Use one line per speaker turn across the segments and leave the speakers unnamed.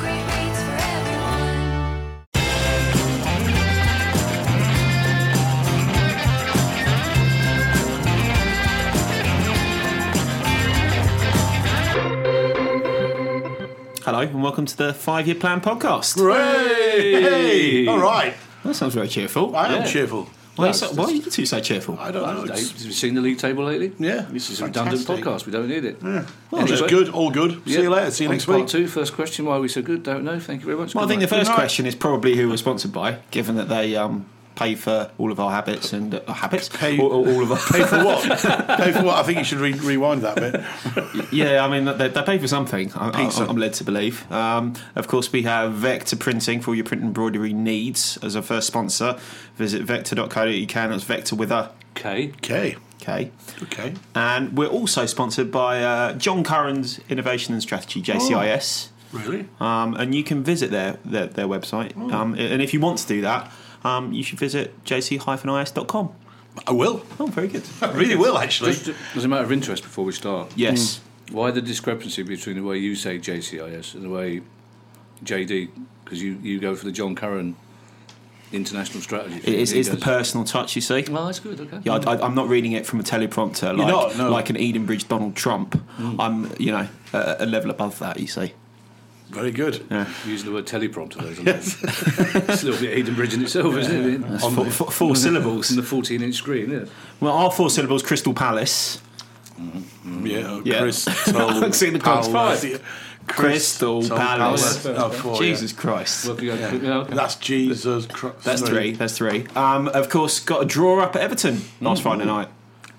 great rates for everyone.
Hello and welcome to the Five Year Plan podcast.
Hey! All right.
That sounds very cheerful.
I am
Yeah.
cheerful.
Why, are you so, why are you two so cheerful?
I don't know.
Dave,
It's,
have you seen the league table lately?
Yeah,
This is a
fantastic.
redundant podcast. We don't need it. Yeah.
well, it's good. All good. See you later. See you next
part
week.
Two, first question. Why are we so good? Don't know. Thank you very much.
Well, I
Good
think the
night.
first question is probably who we're sponsored by, given that they um, pay for all of our habits and uh, habits.
Pay-
all, all- all of our
Pay for what? Pay for what? I think you should re- rewind that bit.
yeah, I mean they, they pay for something. I,
Pizza.
I, I'm led to believe. Um, of course, we have Vector Printing for all your print and embroidery needs as our first sponsor. Visit vector.co.uk. and That's Vector with a
Okay.
Okay.
K.
Okay.
And we're also sponsored by uh, John Curran's Innovation and
Oh.
Strategy JCIS.
Really?
um, and you can visit their their, their website. Um, and if you want to do that, um, you should visit jc-is.com.
I will.
Oh, very good.
I really will, actually.
Just as a matter of interest, before we start, Mm.
Yes.
why the discrepancy between the way you say JCIS and the way JD? Because you, you go for the John Curran international strategy.
It is,
He
it's the
goes-
personal touch, you see.
Well, that's good. Okay.
Yeah, I, I, I'm not reading it from a teleprompter like,
not, no.
like an Edenbridge Donald Trump. I'm, you know, a, a level above that, you see.
Very good.
Using the word teleprompter, though, isn't it? it's a little bit Edinbridge in itself, isn't it?
Four, four, four syllables.
And the 14 inch screen, yeah.
Well, our four syllables, Crystal Palace.
Mm, Yeah.
Yeah.
Crystal.
I've seen the clock's
Palace.
five.
Crystal
Crystal Palace.
Palace. Oh, four, yeah.
Jesus Christ.
Working on- yeah, okay.
That's Jesus Christ.
That's three. That's three. Um, of course, got a draw up at Everton last Friday night.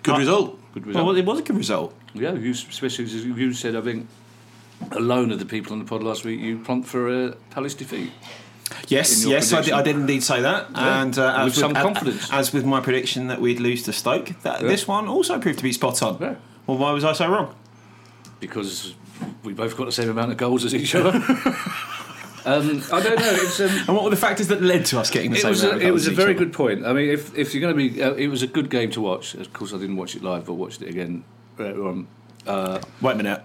Good
Uh,
result.
Good result.
Well, it was a good result.
Yeah, you, especially as you said, I think alone of the people on the pod last week, you prompt for a Palace defeat.
Yes,
in your
yes, I did,
prediction.
I did indeed say that, and uh, as
With some
a-
confidence.
As, with my prediction that we'd lose to Stoke, that,
Yeah.
this one also proved to be spot on.
Yeah.
Well, why was I so wrong?
because we both got the same amount of goals as each other. um, I don't know. It's, um,
And what were the factors that led to us getting the
it
same?
was
amount
a,
of
it
goals
was
as
a
each
very
other?
good point. I mean, if if you're going to be, uh, it was a good game to watch. Of course, I didn't watch it live, but watched it again later on. Uh,
Wait a minute,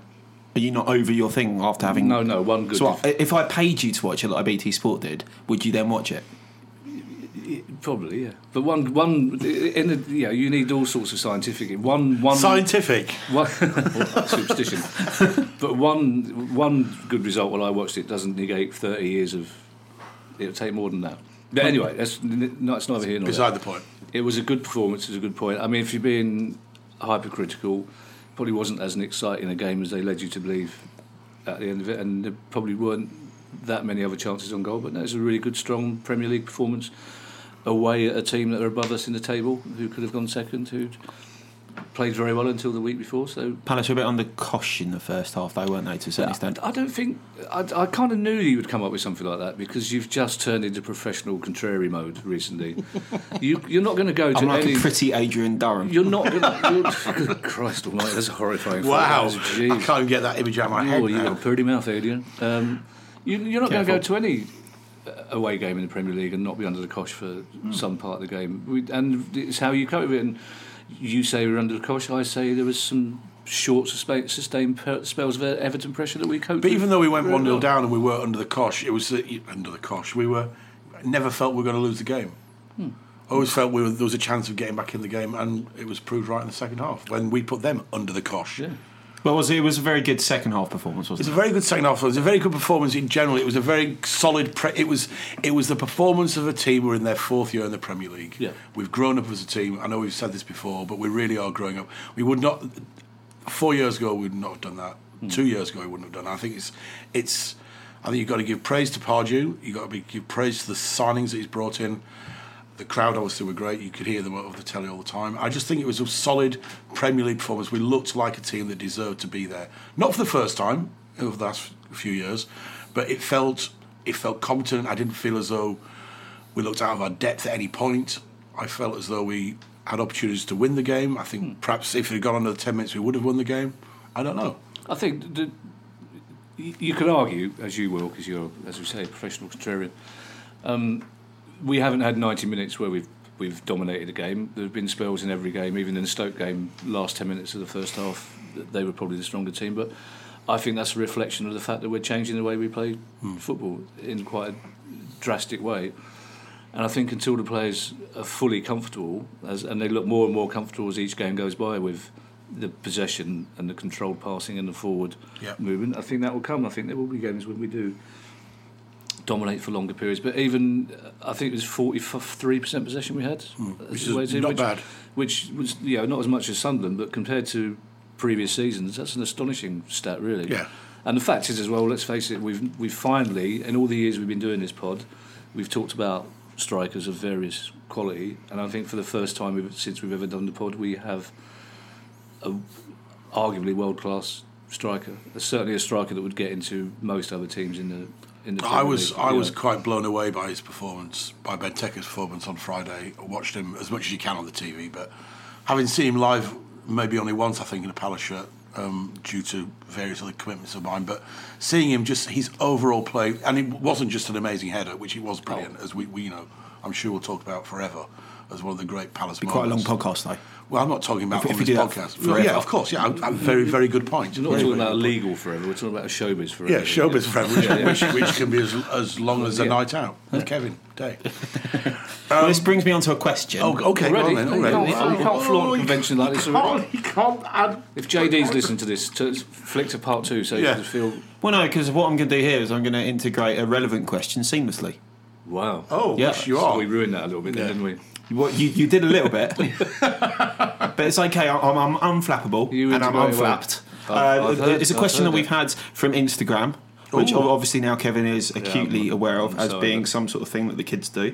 are you not over your thing after having?
no, no, one good.
So what, if I paid you to watch it like BT Sport did, would you then watch it?
Probably, yeah. But one, one, in the, yeah, you need all sorts of scientific. One, one,
Scientific.
One, well, superstition. but one one good result while I watched it doesn't negate 30 years of. It'll take more than that. But anyway, that's, n- no, it's neither here nor
Beside
there.
the point.
It was a good performance, it was a good point. I mean, if you're being hypercritical, probably wasn't as an exciting a game as they led you to believe at the end of it, and there probably weren't that many other chances on goal, but no, it's a really good, strong Premier League performance away at a team that are above us in the table, who could have gone second, who'd played very well until the week before, so
Palace were a bit under cosh in the first half, though, weren't they? To a certain extent.
I don't think I, I kind of knew you would come up with something like that because you've just turned into professional contrary mode recently. you, you're not going to go to
I'm like
any.
a pretty Adrian Durham.
you're not going to. Good Christ Almighty, that's a horrifying.
Wow.
phrase,
I
jeez.
can't even get that image out of my head.
Oh, you
now.
got a pretty mouth, Adrian. Um, you, you're not going to go to any uh, away game in the Premier League and not be under the cosh for
Hmm.
some part of the game. We, and it's how you cope with it. And you say we're under the cosh. I say there was some short suspe- sustained per- spells of Everton pressure that we coped.
But
with
even though we went
very
one 0
well.
down and we were under the cosh, it was uh, under the cosh. We were never felt we were going to lose the game. I Always felt we were, there was a chance of getting back in the game, and it was proved right in the second half when we put them under the cosh.
Yeah.
Well, was it was a very good second half performance,
It was
wasn't
a
it?
very good second half. It was a very good performance in general. It was a very solid. Pre- it was it was the performance of a team who are in their fourth year in the Premier League.
Yeah.
we've grown up as a team. I know we've said this before, but we really are growing up. We would not four years ago we would not have done that. Two years ago we wouldn't have done. That. I think it's it's. I think you've got to give praise to Pardew. You've got to be, give praise to the signings that he's brought in. The crowd obviously were great. You could hear them over the telly all the time. I just think it was a solid Premier League performance. We looked like a team that deserved to be there. Not for the first time over the last few years, but it felt it felt competent. I didn't feel as though we looked out of our depth at any point. I felt as though we had opportunities to win the game. I think
Hmm.
perhaps if it had gone another ten minutes, we would have won the game. I don't know.
I think the, you you could argue, as you will, because you're, as we say, a professional contrarian. Um, we haven't had 90 minutes where we've we've dominated a game. There have been spells in every game, even in the Stoke game, last 10 minutes of the first half, th- they were probably the stronger team. But I think that's a reflection of the fact that we're changing the way we play football in quite a drastic way. And I think until the players are fully comfortable, as, and they look more and more comfortable as each game goes by with the possession and the controlled passing and the forward
Yeah.
movement, I think that will come. I think there will be games when we do dominate for longer periods. But even, uh, I think it was 43% possession we had. as
Hmm, which
the
is
way to-
not
which-
bad.
Which was, you know, not as much as Sunderland, but compared to previous seasons, that's an astonishing stat, really.
Yeah.
And the fact is, as well, let's face it, we've we've finally, in all the years we've been doing this pod, we've talked about strikers of various quality, and I think for the first time we've, since we've ever done the pod, we have a arguably world class striker, certainly a striker that would get into most other teams in the in the.
I
Premier
was
League,
I
you
was
know.
quite blown away by his performance, by Benteka's performance on Friday. I watched him as much as you can on the TV, but having seen him live maybe only once, I think, in a Palace shirt um, due to various other commitments of mine, but seeing him just his overall play, and it wasn't just an amazing header, which it was brilliant,
Oh.
as we, we know, I'm sure we'll talk about forever as one of the great Palace
Quite a long
moments.
podcast though.
Well, I'm not talking about
If-
on
if
this
you do that
podcast. Well,
forever.
yeah, of course. Yeah, I- I- very, very good point.
We're not
Very,
talking
very
about
good point.
legal forever. We're talking about showbiz forever.
Yeah, showbiz forever, which,
Yeah, yeah.
Which, which can be as, as long as a
Yeah.
night out with Kevin Day.
well,
Um,
this brings me on to a question.
Oh, okay,
Already,
go on then.
you
already.
can't- you can't
Oh,
flaunt
you
convention like this
can't-
already.
You can't add.
If JD's listened to this, to flick to part two, so you
Yeah.
can feel
Well, no, because what I'm going to do here is I'm going to integrate a relevant question seamlessly.
wow.
Oh,
Yeah.
yes, you
So
are.
we ruined that a little bit, then, didn't we?
What you, you did a little bit, but it's okay. I'm, I'm unflappable
You
and I'm
integrate well.
unflapped.
I've-
Uh,
I've heard-
it's a
I've
question
heard
that we've
it.
had from Instagram, which
Ooh.
obviously now Kevin is acutely
I'm-
aware of
I'm
as
sorry,
being
but-
some sort of thing that the kids do.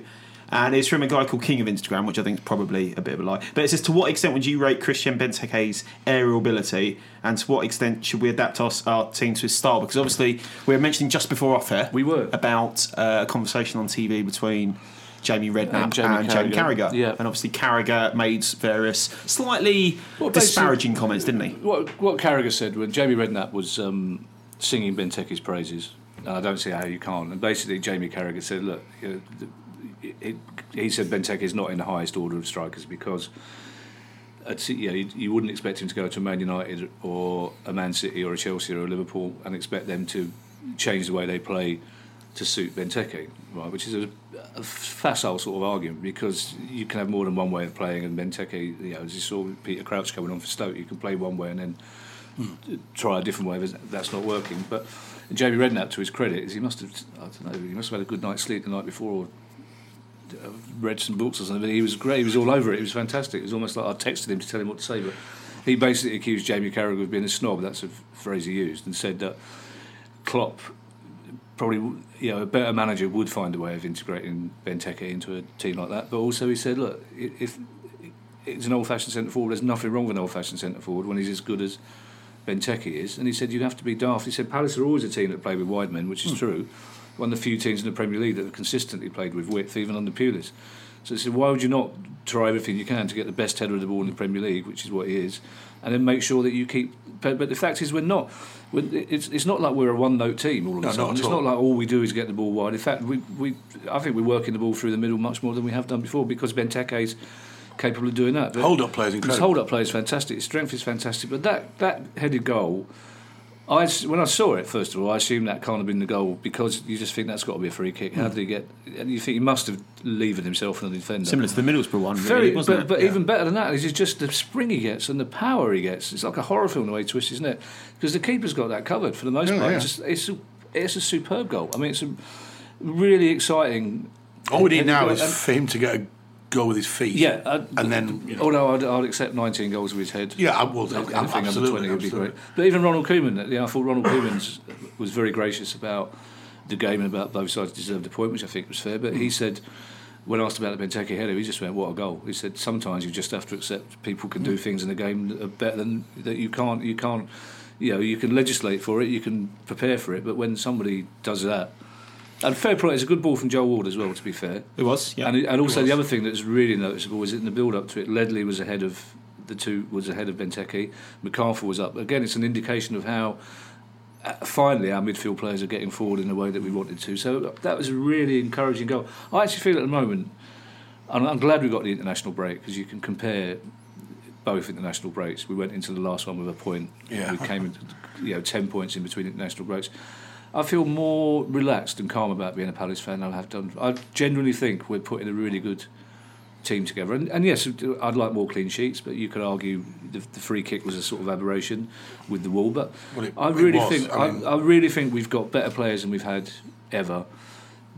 And it's from a guy called King of Instagram, which I think is probably a bit of a lie. But it says, to what extent would you rate Christian Benteke's aerial ability, and to what extent should we adapt our, our team to his style? Because obviously, we were mentioning just before off air,
We were.
about uh, a conversation on TV between Jamie Redknapp
And
Ah, and
Jamie
Jamie,
Carragher.
Carragher,
Yeah.
and obviously Carragher made various slightly
Well, basically-
disparaging comments, didn't he?
What what Carragher said when Jamie Redknapp was um, singing Benteke's praises, and I don't see how you can't. And basically, Jamie Carragher said, "Look, you know, th- it, it, he said Benteke is not in the highest order of strikers because." I'd see- yeah, you, you wouldn't expect him to go to Man United or a Man City or a Chelsea or a Liverpool and expect them to change the way they play to suit Benteke, right? Which is a, a facile sort of argument because you can have more than one way of playing, and Benteke, you know, as you saw with Peter Crouch coming on for Stoke, you can play one way and then try a different way. but That's not working. But Jamie Redknapp, to his credit, is he must have I don't know he must have had a good night's sleep the night before or uh, read some books or something. But he was great. He was all over it. He was fantastic. It was almost like I texted him to tell him what to say. But he basically accused Jamie Carragher of being a snob. That's a phrase he used, and said that Klopp probably you know a better manager would find a way of integrating Benteke into a team like that. But also he said, look, i- if it's an old-fashioned centre forward, there's nothing wrong with an old-fashioned centre forward when he's as good as Benteke is. And he said you have to be daft. He said Palace are always a team that play with wide men,
Hmm.
which is true. One of the few teams in the Premier League that have consistently played with width, even under Pulis. So he said, why would you not try everything you can to get the best header of the ball in the Premier League, which is what he is, and then make sure that you keep. But, but the fact is, we're not. We're, it's, it's not like we're a one-note team all of
No,
a
not
sudden.
at
It's
all.
not like all we do is get the ball wide. In fact, we, we I think we're working the ball through the middle much more than we have done before because Benteke's capable of doing that. But
Hold-up play is incredible.
His hold-up play is fantastic. His strength is fantastic. But that that headed goal I s- when I saw it first of all, I assumed that can't have been the goal because you just think that's got to be a free kick.
Hmm.
How did he get? And you think he must have levered himself on the defender.
Similar to the Middlesbrough one, really,
Very,
wasn't
but,
it?
but even better than that is it's just the spring he gets and the power he gets. It's like a horror film the way he twists, isn't it? Because the keeper's got that covered for the most
Oh,
Yeah,
part.
yeah.
It's, just, it's, a, it's a superb goal. I mean, it's a really exciting.
All we need
And-
now
and-
is for him to get a goal with his feet.
Yeah, uh,
and then you know,
although I'd, I'd accept 19 goals with his head.
yeah, I will.
Anything
absolutely,
under 20 would be
absolutely.
great. But even Ronald Koeman, you know, I thought Ronald Koeman was very gracious about the game and about both sides deserved a point, which I think was fair.
Mm.
But he said, when asked about the Benteke header, he just went, "What a goal!" He said, "Sometimes you just have to accept people can
Mm.
do things in a game that are better than that you can't. You can't. You know, you can legislate for it, you can prepare for it, but when somebody does that." And fair play, it's a good ball from Joe Ward as well, to be fair.
It was, yeah.
And, and also the other thing that's really noticeable is in the build-up to it, Ledley was ahead of the two was ahead of Benteke. MacArthur was up. Again, it's an indication of how uh, finally our midfield players are getting forward in the way that we wanted to. So uh, that was a really encouraging goal. I actually feel at the moment, and I'm glad we got the international break because you can compare both international breaks. We went into the last one with a point.
Yeah.
We came, into, you know, ten points in between international breaks. I feel more relaxed and calm about being a Palace fan than I have done. I genuinely think we're putting a really good team together. And, and yes, I'd like more clean sheets, but you could argue the, the free kick was a sort of aberration with the wall. But
Well, it-
I
it
really
was.
think
I mean-
I, I really think we've got better players than we've had ever.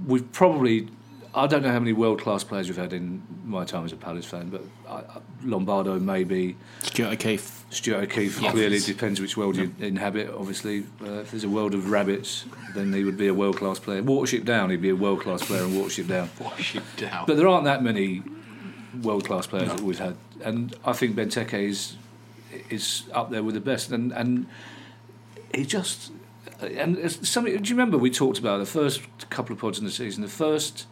We've probably I don't know how many world class players we've had in my time as a Palace fan, but I, I- Lombardo maybe.
Stuart O'Keefe.
Stuart O'Keefe clearly depends which world you inhabit. Obviously, uh, if there's a world of rabbits, then he would be a world class player. Watership down, he'd be a world class player in Watership down.
Wash it down.
But there aren't that many world class players that we've had, and I think Benteke is is up there with the best, and and he just and it's something. Do you remember we talked about the first couple of pods in the season, the first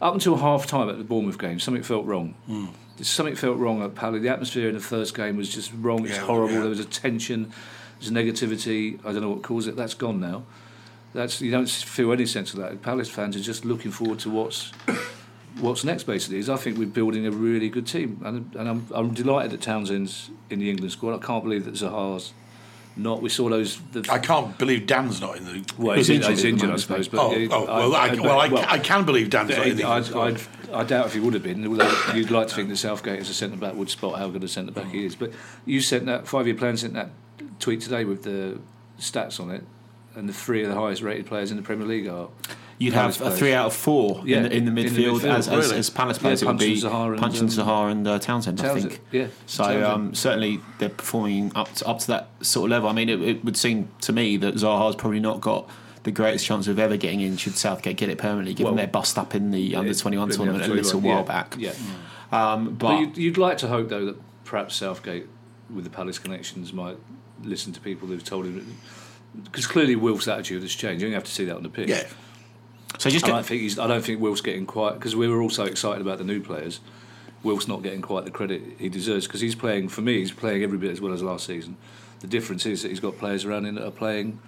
up until half time at the Bournemouth game, something felt wrong.
Hmm.
Something felt wrong at Palace. The atmosphere in the first game was just wrong. It was
Yeah,
horrible.
yeah.
There was a tension. There's negativity. I don't know what caused it. That's gone now. That's you don't feel any sense of that. Palace fans are just looking forward to what's what's next basically is I think we're building a really good team, and, and I'm, I'm delighted that Townsend's in the England squad. I can't believe that Zaha's not. We saw those. The,
I can't believe Dan's not in the.
well, he's,
He's
injured,
injured
he's
at the moment,
injured, I suppose. But
Oh,
it-
oh well, I, well, I, I can believe Dan's not in the.
I, I, I doubt if he would have been. Although you'd like to think that Southgate as a centre back would spot how good a centre back he is. But you sent that five year plan sent that tweet today with the stats on it, and the three of the highest rated players in the Premier League are.
You'd
Palace
have a
players.
three out of four
Yeah,
in, the, in the
in the
midfield,
midfield,
as, as,
really.
as Palace
Yeah,
players. it would
Punchin,
be
Zaha and,
Punchin,
um,
Zaha and uh, Townsend, I
Townsend,
think.
yeah,
So
Townsend.
um, certainly they're performing up to, up to that sort of level. I mean, it, it would seem to me that Zaha's probably not got the greatest chance of ever getting in should Southgate get it permanently, given
Well,
their bust up in the under twenty one
in the
tournament a
under
little
21,
while
yeah,
back.
Yeah.
Um,
But
but
you'd, you'd like to hope, though, that perhaps Southgate, with the Palace connections, might listen to people who've told him. Because clearly, Wilf's attitude has changed. You only have to see that on the pitch.
yeah,
so just
I
get,
don't think he's. I don't think Wilf's getting quite because we were all so excited about the new players. Wilf's not getting quite the credit he deserves because he's playing. For me, he's playing every bit as well as last season. The difference is that he's got players around him that are playing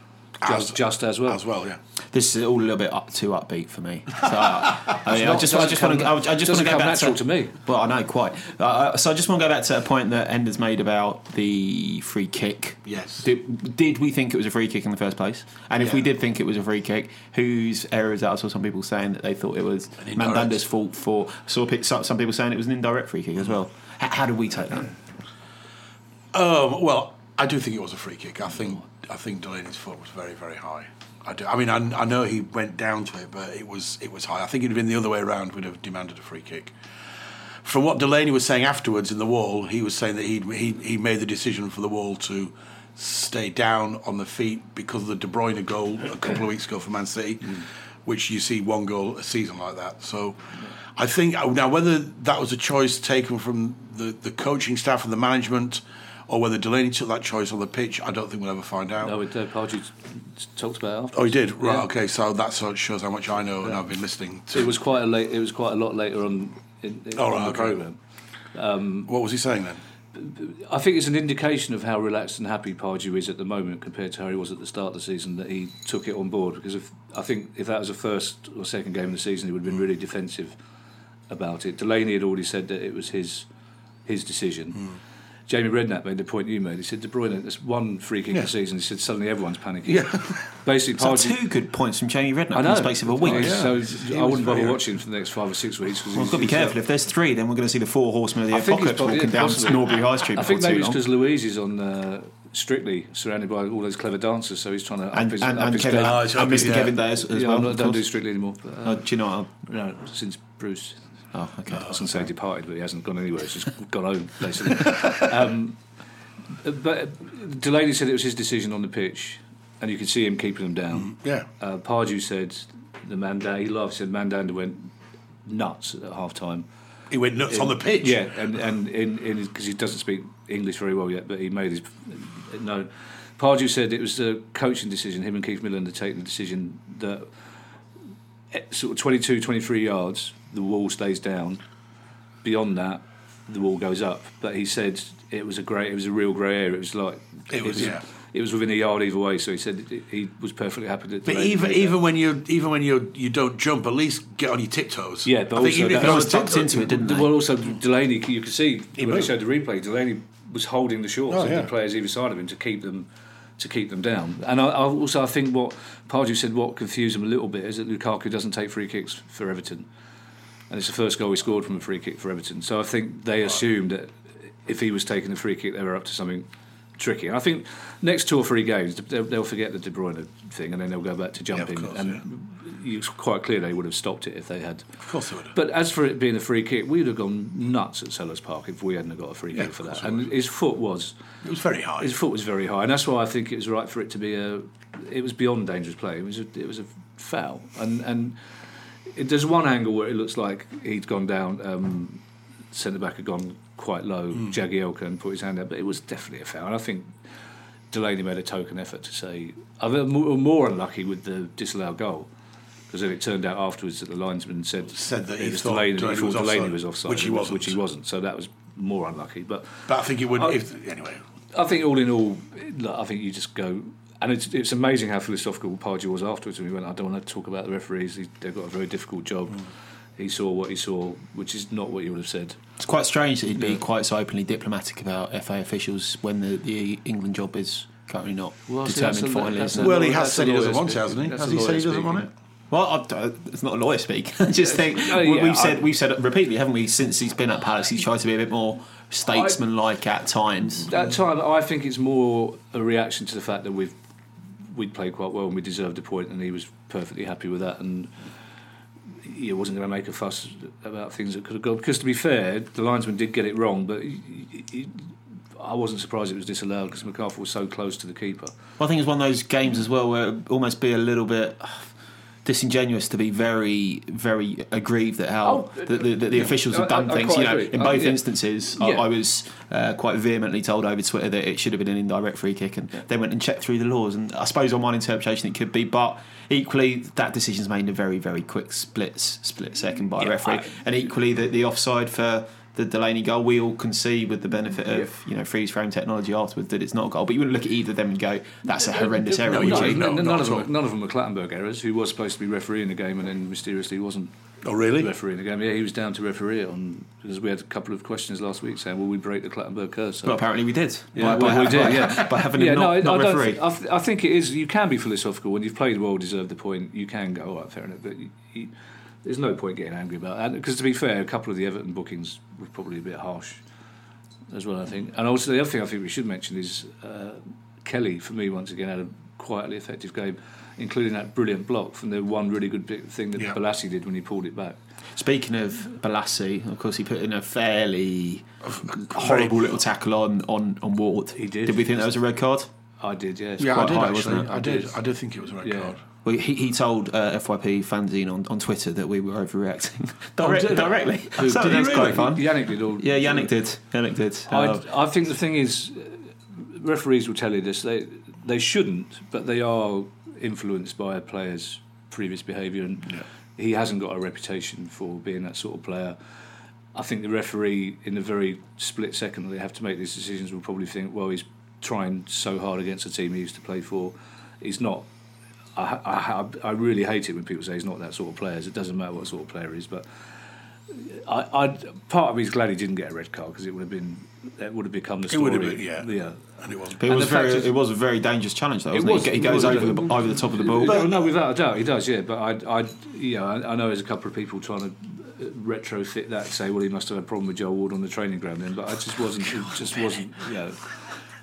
just
As-
just as well.
as well. Yeah,
this is all a little bit up, too upbeat for me. So, I, mean, I
not-
just, I
doesn't
just want to,
come-
I just want to
doesn't
go
come
back
natural to me.
Well, I know quite. Uh, Uh, so I just want to go back to a point that Ender's made about the free kick.
Yes.
Did, did we think it was a free kick in the first place? And if we
Yeah.
did think it was a free kick, whose error is that? I saw some people saying that they thought it was
indirect.
Mandanda's fault for. Saw pe- some some people saying it was an indirect free kick as well. H- how did we take that?
Um, well, I do think it was a free kick. I think I think Delaney's foot was very very high. I do. I mean, I, I know he went down to it, but it was it was high. I think it'd have been the other way around. We'd have demanded a free kick. From what Delaney was saying afterwards in the wall, he was saying that he he he made the decision for the wall to stay down on the feet because of the De Bruyne goal a couple of weeks ago for Man City, which you see one goal a season like that. So. I think uh, now whether that was a choice taken from the, the coaching staff and the management, or whether Delaney took that choice on the pitch, I don't think we'll ever find out.
No, it, uh, Pardew talked about it after.
Oh, he did. Right.
Yeah.
Okay. So that sort of shows how much I know, and I've been listening to.
It was quite a late. It was quite a lot later on in, in
Oh, right,
on the
okay.
program.
What was he saying then?
I think it's an indication of how relaxed and happy Pardew is at the moment compared to how he was at the start of the season that he took it on board. Because if I think if that was the first or second game of the season, he would have been really
Hmm.
defensive about it. Delaney had already said that it was his his decision. Jamie Redknapp made the point you made. He said De Bruyne, there's one free kick a season. He said suddenly everyone's panicking.
Yeah.
basically
So
Pardew-
two good points from Jamie Redknapp
Oh, I
in
know.
the space of a week.
Oh, yeah. So I
was
wouldn't bother
very-
watching for the next five or six weeks because
We've got to be careful. If there's three, then we're going to see the four horsemen of the
I think it's
apocalypse
probably-
walking
yeah,
down
possibly.
Norbury High Street
I
before
think maybe
too
it's
long.
because Louise is on uh, Strictly, surrounded by all those clever dancers, so he's trying to up
And,
his,
and,
up
and
his
Kevin,
game.
Ah,
and
it's
Mr.
okay, yeah.
Kevin Day as, as
yeah,
well.
I'm not,
of
don't do
course.
Strictly anymore. But,
Oh,
uh,
do you know? what?
no, since Bruce,
Oh, okay.
I was going to say departed, but he hasn't gone anywhere. He's just gone home, basically. um, but uh, Delaney said it was his decision on the pitch, and you could see him keeping them down.
Mm-hmm.
Yeah.
Uh, Pardew said the Mandanda. He laughed. Said Mandanda went nuts at half time.
He went nuts on the pitch.
Yeah, and and in in because he doesn't speak English very well yet, but he made his no. Pardew said it was a coaching decision. Him and Keith Millen to take the decision that at sort of 22, 23 yards, the wall stays down. Beyond that, the wall goes up. But he said it was a grey. It was a real grey area. It was like
It was, yeah.
It was within a yard either way, so he said it- he was perfectly happy that.
But
Delaney
even
made that.
even when you even when you you don't jump, at least get on your tiptoes.
Yeah,
I
but
think
also
even if
that-
you're on
was
your
tucked
tiptoes-
into it, didn't they?
Well, also Delaney, you could see when
moved.
they showed the replay, Delaney was holding the shorts
Oh,
of
yeah.
the players either side of him to keep them to keep them down. And I, I also I think what Pardew said what confused him a little bit is that Lukaku doesn't take free kicks for Everton, and it's the first goal he scored from a free kick for Everton. So I think they assumed that if he was taking the free kick, they were up to something. Tricky. And I think next two or three games they'll, they'll forget the De Bruyne thing, and then they'll go back to
of
jumping.
course,
and it's quite clear they would have stopped it if they had.
Of course they would.
But as for it being a free kick, we'd have gone nuts at Sellers Park if we hadn't have got a free
Yeah,
kick for
of course
that.
we
And his foot was
It was very high.
his foot was very high, and that's why I think it was right for it to be a. It was beyond dangerous play. It was a, it was a foul, and and it, there's one angle where it looks like he'd gone down. Um, Centre back had gone quite low.
Hmm.
Jagielka and put his hand out, but it was definitely a foul. And I think Delaney made a token effort to say, "I think we were more unlucky with the disallowed goal." Because then it turned out afterwards that the linesman said,
Said that
it
he
was
thought
Delaney,
Delaney
he thought
was
Delaney
offside,
was offside,
which he
Which he
wasn't.
wasn't. So that was more unlucky. But
But I think it would.
I-
if, anyway,
I think all in all, like, I think you just go, and it's, it's amazing how philosophical Pardew was afterwards. When he went, I don't want to talk about the referees. He, they've got a very difficult job.
Mm.
He saw what he saw, which is not what you would have said.
It's quite strange that he'd be quite so openly diplomatic about FA officials when the, the England job is currently not
Well, I see, that's
determined
a-
finally.
that's
isn't
a-
it?
well, he
that's
has said he
a
doesn't
lawyer
want it, hasn't he?
speaking.
Has
That's
he
a
said he
lawyer
doesn't want it?
Well, I, I- it's not a lawyer speak. I just think
Oh,
we-
yeah,
we've
I-
said we've said it repeatedly, haven't we? Since he's been at Palace, he's tried to be a bit more statesmanlike at times.
That time, I think it's more a reaction to the fact that we've we'd played quite well and we deserved a point, and he was perfectly happy with that, and he wasn't going to make a fuss about things that could have gone. Because to be fair, the linesman did get it wrong, but he, he- he- I wasn't surprised it was disallowed because MacArthur was so close to the keeper.
Well, I think it's one of those games as well where it almost be a little bit disingenuous to be very, very aggrieved at how
Oh,
the, the, the, officials have
I- I-
done
I
things.
quite
You know,
agree.
in
I-
both
yeah.
instances,
Yeah.
I, I was uh, quite vehemently told over Twitter that it should have been an indirect free kick, and they went and checked through the laws. And I suppose on one interpretation it could be, but equally that decision's made in a very, very quick split split second by a
Yeah,
referee,
I-
and equally the, the offside for. The Delaney goal, we all can see with the benefit of you know freeze frame technology afterwards that it's not a goal, but you wouldn't look at either of them and go, "That's a horrendous error."
No,
would
you
you?
wouldn't.
none,
no,
none
not
of
at all.
them, none of them were Clattenburg errors. Who was supposed to be refereeing the game and then mysteriously wasn't
Oh, really?
refereeing the game. Yeah, he was down to referee it on because we had a couple of questions last week saying, "Will we break the Clattenburg curse?" So-
But apparently we did.
Yeah, well, we did, yeah.
by having
yeah,
him not,
I-
not
I don't
referee.
thi- I, th- I think uh, it is. You can be philosophical when you've played well, deserved the point. You can go, all right, fair enough. But you, you, there's no point getting angry about that because, to be fair, a couple of the Everton bookings were probably a bit harsh as well. I think, and also the other thing I think we should mention is uh, Kelly. For me, once again, had a quietly effective game, including that brilliant block from the one really good bit, thing that
Yeah.
Balassi did when he pulled it back.
Speaking of Balassi, of course, he put in a fairly horrible
very-
little tackle on, on, on Ward. He
did.
Did we think that was a red card?
I did, yes.
Yeah, I
quite
did
high,
actually.
wasn't it?
I did. I did think it was a red
Yeah.
card.
Well, he, he told uh, FYP fanzine on, on Twitter that we were overreacting Direct,
Oh, did he?
directly.
Who-
so
did he
that's
really?
quite fun.
Yannick did all.
Yeah, Yannick did. Yannick did. Uh,
I, I think the thing is, uh, referees will tell you this. They they shouldn't, but they are influenced by a player's previous behaviour, and he hasn't got a reputation for being that sort of player. I think the referee, in the very split second that they have to make these decisions, will probably think, well, he's trying so hard against the team he used to play for. He's not. I, I, I really hate it when people say he's not that sort of player. It doesn't matter what sort of player he is, but I, I part of me's glad he didn't get a red card because it would have been that would have become the
It
story.
would have been, yeah. And it wasn't.
It was,
the fact
very,
is-
it was a very dangerous challenge, though.
It
Wasn't it
was-
He,
it
goes
was.
over the, over the top of the ball.
Well, no, without a doubt, he does. Yeah, but I, I, you know, I, I know there's a couple of people trying to uh, retrofit that. Say, well, he must have had a problem with Joe Ward on the training ground. Then, but I just wasn't. It just wasn't. You know,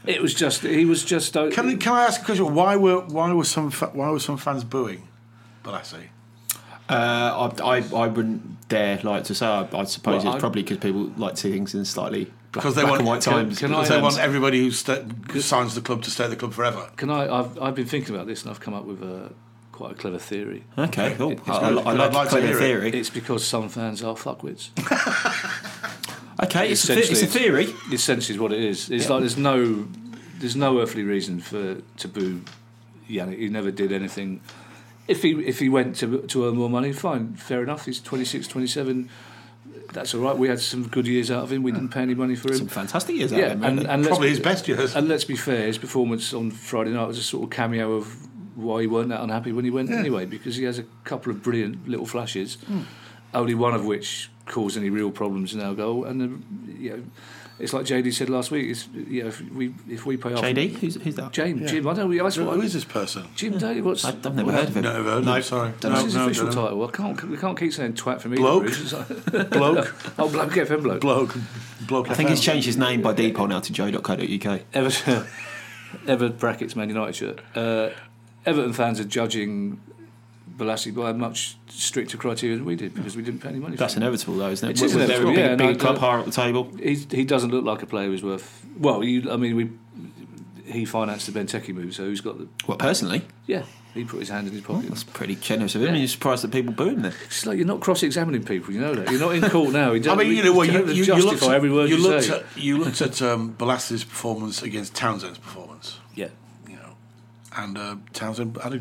it was just. He was just. uh,
Can, I- can I ask a question? Why were why were some fa- why were some fans booing? Balassi?
Uh, I, I, I wouldn't dare like to say. I, I suppose
Well,
it's
I-
probably because people like to see things in slightly black,
Because they
black
want-
and white
can-
times.
can I,
Because they
um,
want everybody who sta who signs the club to stay at the club forever.
Can I? I've, I've been thinking about this, and I've come up with a quite a clever theory.
okay, cool.
It's
I, I,
good.
I
I'd
like,
like
to play
to
the
hear it.
theory.
It's because some fans are fuckwits.
okay, it's, a the, it's a
essentially-
theory.
Essentially, is what it is. It's like there's no, there's no earthly reason for to boo Yannick. He never did anything. If he if he went to to earn more money, fine, fair enough. He's 26, 27. That's all right. We had some good years out of him. We didn't pay any money for him.
Some fantastic years out
yeah,
there,
and,
man.
and let's
Probably
be-
his best years.
And let's be fair, his performance on Friday night was a sort of cameo of why he weren't that unhappy when he went anyway, because he has a couple of brilliant little flashes,
Hmm.
only one of which caused any real problems in our goal. And uh, you know, it's like JD said last week: it's, you know, if we if we pay off
JD, who's, who's that?
Jim, Jim, I don't realise
Who
what
who is this person?
Jim Daly. What's
I- I've never
what-
heard of him.
No, I've heard of him, sorry.
don't
No,
What's his
no,
official
don't know.
title? I can't. We can't keep saying twat for me.
Bloke.
Bruce. It's like-
Bloke,
oh, bloke, FM bloke.
bloke, bloke.
I think he's changed his name by Depol now to joe.co.uk.
Everton, ever brackets Man United shirt. Uh, Everton fans are judging Balassi by a much stricter criteria than we did because we didn't pay any money.
That's
for him.
inevitable, though, isn't it?
It
With-
is
with
inevitable,
every
yeah,
big,
and
big
I-
club
I-
higher up the table.
He he doesn't look like a player who's worth. Well, you, I mean, we he financed the Benteke move, so who's got the
Well, personally,
yeah? He put his hand in his pocket.
that's pretty generous of him.
Yeah.
And you're surprised that people boo him then.
it's like you're not cross-examining people. You know that you're not in court now.
I
You don't,
mean,
we-
you know what?
don't
You,
have to
you, you
justify
looked at,
every word
you
you,
looked
say.
at you looked at um, Balassi's performance against Townsend's performance.
yeah.
You know, and uh, Townsend had a,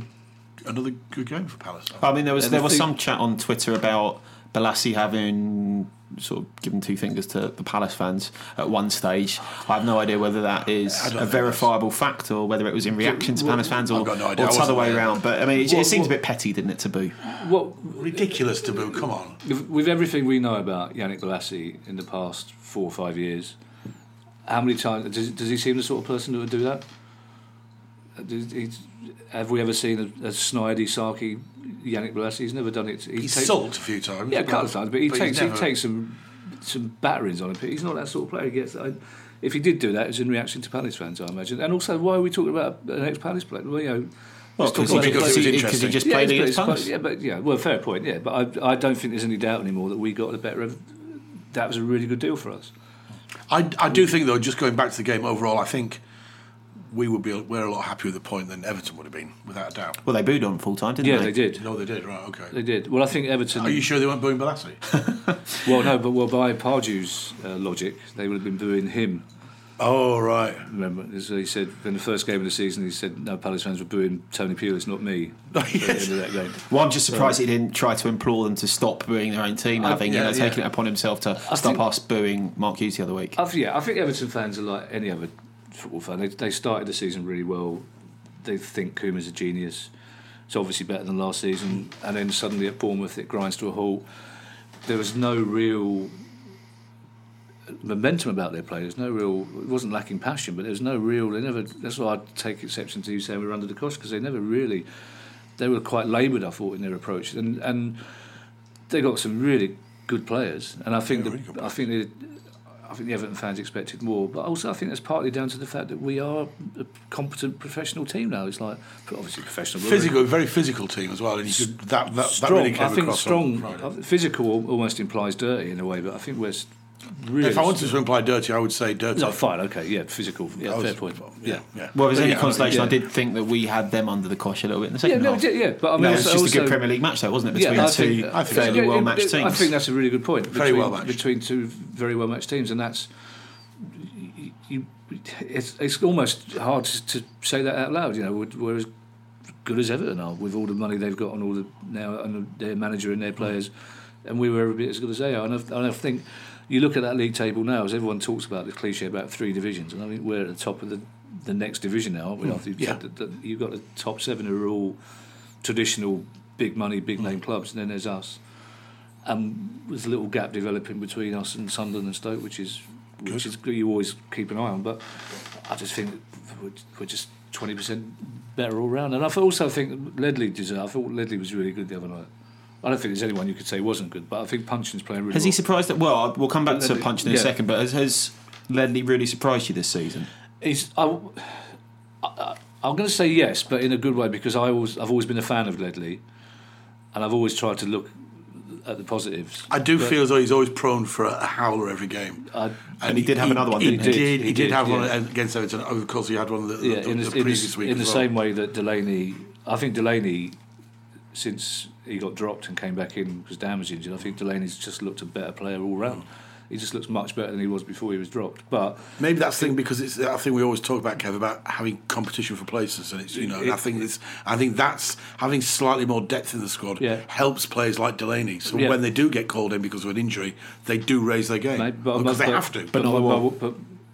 another good game for Palace.
I mean, there was
And
there
the
was
thing-
some chat on Twitter about Balassi having sort of given two fingers to the Palace fans at one stage. I have no idea whether that is
don't
a
think
verifiable fact or whether it was in reaction to Palace fans or,
I've got no
or
idea. I
it's the other way
wasn't there.
around. But I mean, it, it
What-
seems
what-
a bit petty, didn't it, to boo?
What
Ridiculous taboo. Come on.
With, with everything we know about Yannick Balassi in the past four or five years, how many times does, does he seem the sort of person that would do that? Uh, does he- have we ever seen a, a snidey, sarky Yannick Balassi? He's never done it. He
He's
takes-
sulked a few times.
yeah, a couple of times, but he
but he's
takes
never-
he takes some some batterings on him. But he's not that sort of player. He gets. I, if he did do that, it was in reaction to Palace fans, I imagine. And also, why are we talking about an ex-Palace player? Well, you know, let's talk
he-
about the
because
player-
he was
he,
interesting.
just
yeah,
played
it's-
against
it's
Palace.
quite- Yeah, but yeah, well, fair point. Yeah, but I, I don't think there's any doubt anymore that we got the better of. That was a really good deal for us.
I, I do think though, just going back to the game overall, I think we would be we're a lot happier with the point than Everton would have been, without a doubt.
Well, they booed on full time, didn't
Yeah,
they?
they did.
No, they did. Right. Okay.
They did. Well, I think Everton.
Are you sure they weren't booing Balassi?
Well, no, but well, by Pardew's uh, logic, they would have been booing him.
oh right.
Remember, so he said in the first game of the season, he said, "No, Palace fans were booing Tony Pulis, not me." at the end of that game.
Well, I'm just surprised he didn't try to implore them to stop booing their own team,
Uh,
having
yeah,
you know,
yeah.
taking it upon himself to stop
think-
us booing Mark Hughes the other week.
I, yeah, I think Everton fans are like any other football fan. They, they started the season really well. They think Kuma's a genius. It's obviously better than last season. And then suddenly at Bournemouth, it grinds to a halt. There was no real momentum about their play. There's no real. It wasn't lacking passion, but there was no real. They never. That's why I take exception to you saying we were under the cosh because they never really. They were quite laboured, I thought, in their approach, and and they got some really good players. And I think the, I think the, I think the Everton fans expected more, but also I think that's partly down to the fact that we are a competent professional team now. It's like obviously professional. we're-
Physical, very physical team as well, and you could, that that, that
strong.
really came
I think
across.
strong.
On Friday.
physical almost implies dirty in a way, but I think we're s- really.
If I wanted to imply dirty, I would say dirty.
No, fine, okay, yeah, physical, yeah,
I was-
fair point. Yeah,
yeah.
Well, if
But
there's any
yeah,
consolation,
yeah.
I did think that we had them under the cosh a little bit in the
yeah,
second
no,
half.
yeah, yeah, but I mean,
No, it's
also,
just a good
also-
Premier League match, though, wasn't it? Between
I
two
think- uh, I think
fairly
so.
well matched
Yeah,
teams.
I think that's a really good point.
Very
between,
well matched.
between two very well matched teams, and that's you, it's, it's almost hard to, to say that out loud. You know, we're, we're as good as Everton are with all the money they've got and all the now and their manager and their players, and we were every bit as good as they are. And I, and I think you look at that league table now, as everyone talks about the cliche about three divisions, and I think we're at the top of the the next division now,
Hmm,
aren't we? After you've,
yeah.
said that, that you've got the
Mm.
top seven who are all traditional big money, big name clubs, and then there's us. and there's a little gap developing between us and Sunderland and Stoke, which is which is you always keep an eye on. But I just think that we're, we're just twenty percent better all round, and I also think Ledley deserved. I thought Ledley was really good the other night. I don't think there's anyone you could say wasn't good, but I think Punchin's playing really.
Has
well.
he surprised? That, well, I- we'll come back to
Ledley-
Punch in a
yeah.
second, but has, has Ledley really surprised you this season?
He's, I, am going to say yes, but in a good way because I always, I've always been a fan of Ledley, and I've always tried to look at the positives.
I do feel as though he's always prone for a howler every game.
I-
and
he did have another one,
He,
didn't
he?
did. He,
He
did,
did,
have
yeah.
one against Everton. Of course, he had one the, the-
yeah,
the,
in,
the
the, in,
previous
the,
week.
in the
as well.
same way that Delaney, I think Delaney, since he got dropped and came back in because Dan was injured, I think Delaney's just looked a better player all round. He just looks much better than he was before he was dropped. But
Maybe that's the thing because it's. I think we always talk about Kev about having competition for places, and it's you know. and I think it's. I think that's having slightly more depth in the squad
Yeah.
helps players like Delaney. So
Yeah.
when they do get called in because of an injury, they do raise their game
Mate, but-
because
but-
they have to.
But,
not the
my-
wall.
my-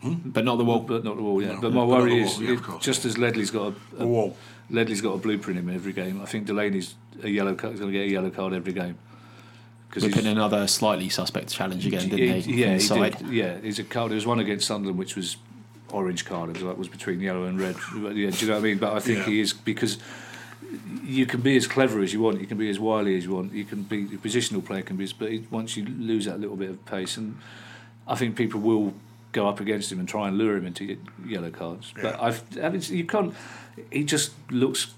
but-
But not the wall.
but not the wall. Yeah,
Hmm? No,
but my
but not
worry
the wall,
is
yeah, of
it-
course.
just as Ledley's got a, a
A wall.
Ledley's got a blueprint in every game. I think Delaney's a yellow card. He's going to get a yellow card every game because
Ripping another slightly suspect challenge again, didn't
he-
he?
yeah, he
Inside.
did. Yeah, he's a card. There was one against Sunderland which was orange card. It was, like, was between yellow and red. Yeah, do you know what I mean? But I think
Yeah.
he is because you can be as clever as you want. You can be as wily as you want. You can be a positional player can be, as- but it- once you lose that little bit of pace, and I think people will go up against him and try and lure him into ye- yellow cards. But I've, I mean, you can't. He just looks.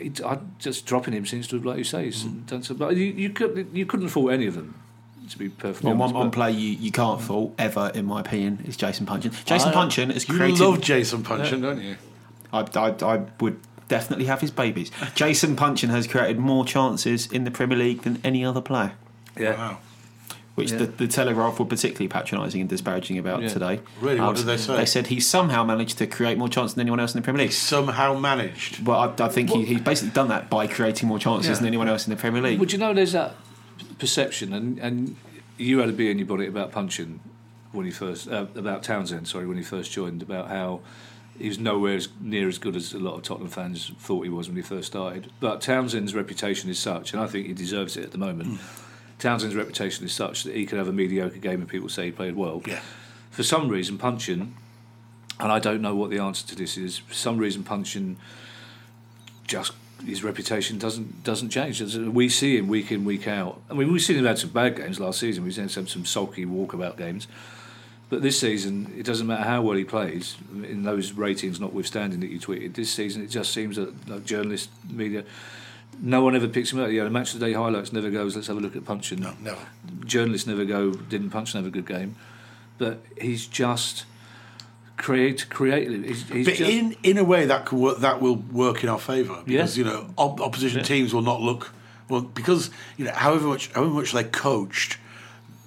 He, I just dropping him seems to have, like you say, he's
Mm.
done some. But you, you could you couldn't fault any of them. To be perfectly
Well, one,
honest,
one
but-
player you, you can't fault ever, in my opinion, is Jason Punchin. Jason
I-
Punchin has
you
created.
love Jason Punchin, don't you?
I, I, I would definitely have his babies. Jason Punchin has created more chances in the Premier League than any other player,
Yeah.
Wow.
which the, the Telegraph were particularly patronising and disparaging about
Yeah.
today. Um,
Really? What did they say?
They said he somehow managed to create more chances than anyone else in the Premier League.
Somehow managed.
Well, I, I think he, he's basically done that by creating more chances
Yeah.
than anyone else in the Premier League.
Would you know there's that perception, and, and you had a bee in your body about punching when he first, uh, about Townsend, sorry, when he first joined, about how he was nowhere as, near as good as a lot of Tottenham fans thought he was when he first started. But Townsend's reputation is such, and I think he deserves it at the moment.
Mm.
Townsend's reputation is such that he could have a mediocre game and people say he played well.
Yeah.
For some reason, Punchin, and I don't know what the answer to this is, for some reason, Punchin just his reputation doesn't doesn't change. As We see him week in week out. I mean, we've seen him had some bad games last season. We've seen some some sulky walkabout games, but this season it doesn't matter how well he plays. In those ratings, notwithstanding that you tweeted this season, it just seems that like journalists, media. No one ever picks him out. Yeah, the match of the day highlights never goes. Let's have a look at punching.
No, never.
Journalists never go. Didn't punch. Have a good game, but he's just create creative. He's, he's
But
just,
in in a way, that could work, that will work in our favour because
Yeah.
you know op- opposition teams will not look well because you know however much however much they coached,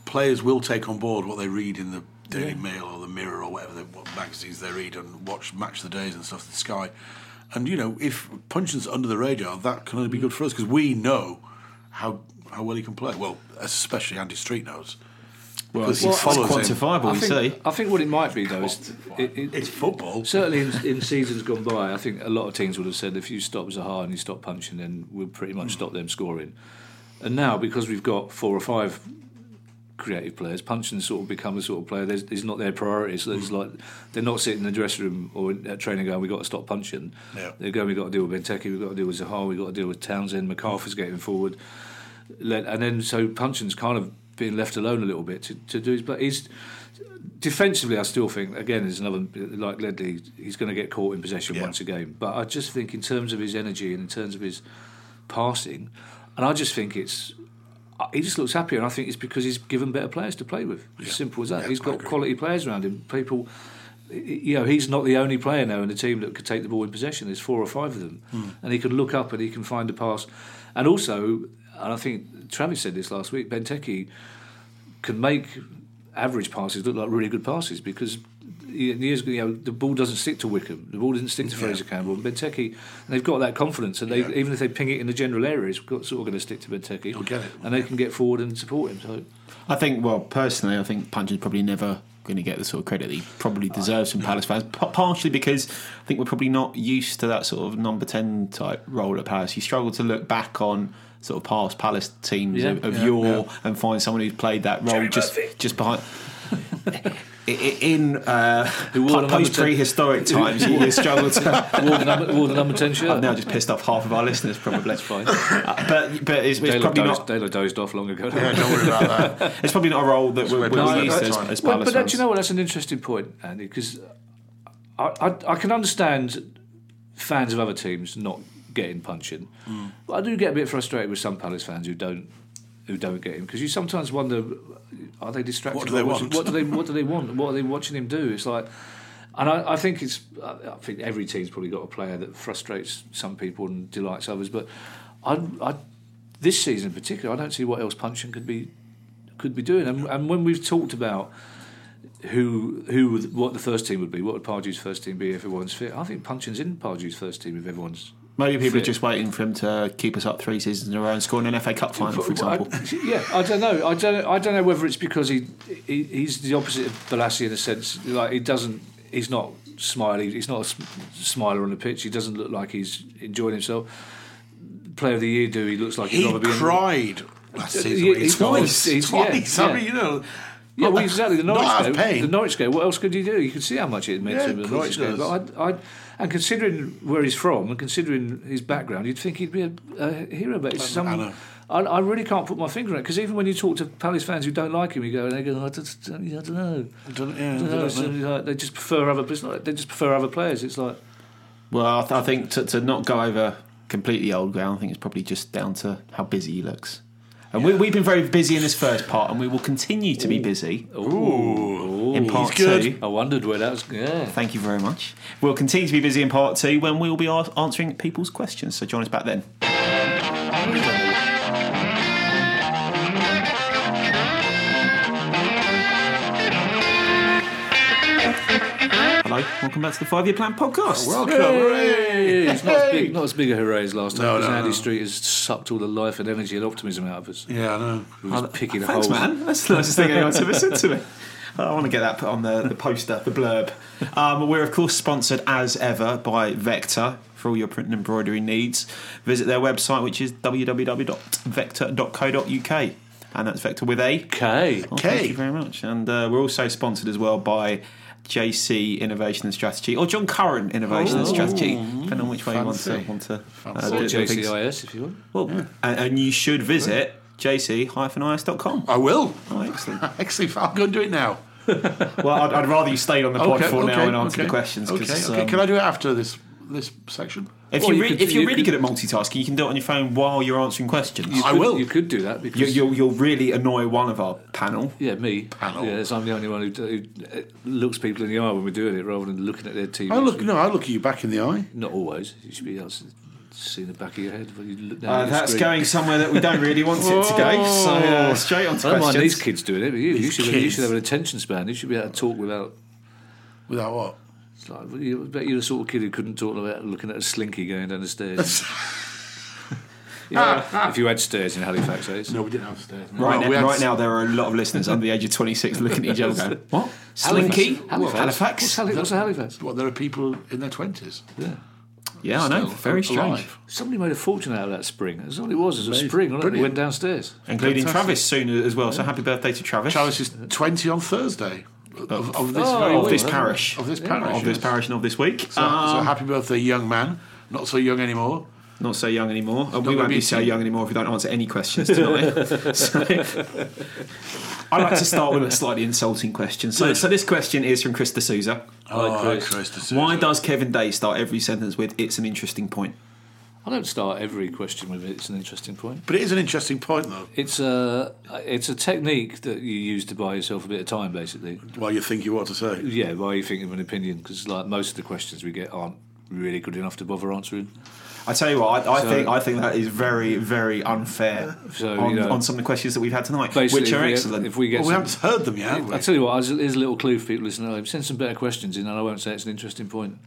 players will take on board what they read in the Daily Mail or the Mirror or whatever they, what magazines they read and watch Match of the Days and stuff. The Sky, and you know if Punchin's under the radar, that can only be
Mm.
good for us because we know how how well he can play. Well, especially Andy Street knows. because
it's quantifiable, you
I think,
see.
I think what it might be though is it, it-
It's football.
Certainly, in, in seasons gone by, I think a lot of teams would have said if you stop Zaha and you stop punching, then we'll pretty much stop them scoring. And now, because we've got four or five creative players, punching sort of become the sort of player there's, is not their priority. So it's like they're not sitting in the dressing room or in- at training going, "We've got to stop punching."
Yeah.
They're going, "We've got to deal with Benteke, we've got to deal with Zaha, we've got to deal with Townsend, MacArthur's getting forward." Let, and then so Punchin's kind of being left alone a little bit to, to do his. But he's defensively, I still think again there's another like Ledley. He's going to get caught in possession
Yeah.
once again. But I just think in terms of his energy and in terms of his passing, and I just think it's I- he just looks happier, and I think it's because he's given better players to play with. It's simple as that.
Yeah,
he's
I
got
agree.
quality players around him. People, y- you know, he's not the only player now in the team that could take the ball in possession. There's four or five of them,
Hmm.
and he can look up and he can find a pass. And also, and I think Travis said this last week. Benteke can make average passes look like really good passes because he- years ago, you know, the ball doesn't stick to Wickham, the ball didn't stick to Fraser Campbell and Benteke, and they've got that confidence, and they, even if they ping it in the general area, it's got, sort of going to stick to Benteke,
get it.
and they can get forward and support him. So
I think, well, personally, I think Punch is probably never going to get the sort of credit that he probably deserves from Palace fans, p- partially because I think we're probably not used to that sort of number 10 type role at Palace. You struggle to look back on sort of past Palace teams
Yeah,
of, of
yeah,
yore
yeah.
and find someone who's played that role just just behind. I- I- In uh,
Who wore the number
post
10
prehistoric times, you you struggle to.
Wore the number, wore the number 10 shirt.
I've now just pissed off half of our listeners, probably.
That's fine.
Uh, but but it's, it's
Dayla
probably
dozed,
not
Dayla dozed off long ago.
Yeah, don't worry about that.
it's probably not a role that we're,
No,
we're used
that's
to as,
fine.
as
Well,
Palace
but that,
fans.
do you know what? That's an interesting point, Andy, because I, I, I can understand fans of other teams not getting punching,
Hmm.
but I do get a bit frustrated with some Palace fans who don't who don't get him because you sometimes wonder are they distracted?
What do they
by watching-
want?
What do they What do they want? What are they watching him do? It's like. And I, I think it's. I I think every team's probably got a player that frustrates some people and delights others. But I, I, this season in particular, I don't see what else punching could be could be doing. And, and when we've talked about who who would- what the first team would be, what would Pardew's first team be if everyone's fit? I think Punchin's in Pardew's first team if everyone's.
Maybe people
fit.
are just waiting for him to keep us up three seasons in a row and score in an FA Cup final, for example.
I- yeah, I don't know. I don't. I don't know whether it's because he, he he's the opposite of Balassi in a sense. Like he doesn't. He's not smiley. He's not a sm- smiler on the pitch. He doesn't look like he's enjoying himself. Player of the year, do he looks like he'd
He
rather be in-
cried last season.
yeah,
when he
he's
scored.
twice, he's- yeah,
twice. I
yeah.
mean, you know,
Yeah,
Oh,
well, exactly. The Norwich
not out
game.
of pain.
The Norwich game. What else could you do? You could see how much it meant
Yeah,
to him. The
of course
Norwich
it
game.
does.
But I, I, and considering where he's from, and considering his background, you'd think he'd be a, a hero. But it's some,
I
I,
know.
I, really can't put my finger on it because even when you talk to Palace fans who don't like him, you go and they go, I don't, I don't know. I
don't- yeah, they
don't know.
don't
It's like they just prefer other. It's not, they just prefer other players. It's like
Well, I, th- I think to, to not go over completely old ground, I think it's probably just down to how busy he looks. And we, we've been very busy in this first part, and we will continue to be busy in part
good.
two.
I wondered where that was. Yeah.
Thank you very much. We'll continue to be busy in part two when we will be a- answering people's questions. So join us back then. Hello, welcome back to the Five Year Plan podcast.
welcome. Hooray.
It's not as, big, not as big a hooray as last time
No,
because
no,
Andy
no.
Street has sucked all the life and energy and optimism out of us.
Yeah, I know.
He's picking
Thanks,
holes.
man. That's the nicest thing anyone's ever said to me. I want to get that put on the, the poster, the blurb. Um, we're, of course, sponsored as ever by Vector for all your print and embroidery needs. Visit their website, which is www.vector.co.uk. And that's Vector with a
Okay.
well, Thank
Okay.
you very much. And uh, we're also sponsored as well by JC Innovation and Strategy or John Curran Innovation and Strategy, depending on which way you
Fancy.
want to want to uh,
Fancy.
do
Or
things.
JCIS if you want.
Well, and, and you should visit jc-is.com.
I will.
Oh, excellent.
Actually, I'll go and do it now.
Well, I'd, I'd rather you stayed on the pod for now and answer the questions.
Okay,
'cause,
okay.
um,
Can I do it after this this section?
if,
Well,
you
you
re-
could-
if you're
you
really
could-
good at multitasking, you can do it on your phone while you're answering questions.
I
Could-
will.
You could do that because
You, you'll, you'll really annoy one of our panel.
yeah, me.
Panel.
Yeah, so I'm the only one who, who uh, looks people in the eye when we're doing it, rather than looking at their TV.
I look. No, I look at you back in the eye.
Not always. You should be able to see the back of your head when you look down.
Uh,
at the
that's
screen.
going somewhere that we don't really want it to go. So uh, straight on to
I don't mind these
questions.
kids doing it, but you, you,
These
should have, you
kids.
should have an attention span. You should be able to talk without.
Without what?
It's like, well, you- I bet you're the sort of kid who couldn't talk about looking at a slinky going down the stairs. yeah, if you had stairs in Halifax, eh? it's-
No, we didn't have stairs.
Right,
we
now,
had
right
s-
now, there are a lot of listeners under the age of 26 looking at each other going, What? Slinky?
Halifax. What's,
Halifax?
Hali- what's a Halifax?
What? There are people in their twenties.
Yeah, I know.
Still
Very strange.
alive.
Somebody made a fortune out of that spring. That's all it was. It was a spring. wasn't it? It went downstairs.
Including Travis soon as well. So happy birthday to Travis.
Travis is twenty on Thursday of, of this
Oh.
very
of this
week.
parish.
Of this parish.
Of this
yes.
parish and of this week. Uh,
So,
Uh-huh.
so happy birthday, young man. Not so young anymore.
Not so young anymore. And we
gonna
won't
be
be
a
so
team.
young anymore if we don't answer any questions tonight. so, I like to start with a slightly insulting question. So, so this question is from Chris D'Souza.
Oh, Christ.
Christ,
Why does Kevin Day start every sentence with "It's an interesting point"?
I don't start every question with it's an interesting point.
But it is an interesting point, though.
It's a it's a technique that you use to buy yourself a bit of time, basically.
While you're thinking what to say.
Yeah, while you think of an opinion, because like most of the questions we get aren't really good enough to bother answering.
I tell you what, I, I
So-
think I think that is very very unfair
So, you
on,
know-
on some of the questions that we've had tonight,
Basically,
which
if
are
we-
excellent.
If we get
Well, we
some-
haven't heard them yet. Have we?
I tell you what, here's- here's a little clue for people listening. at home. Send some better questions in, and I won't say it's an interesting point.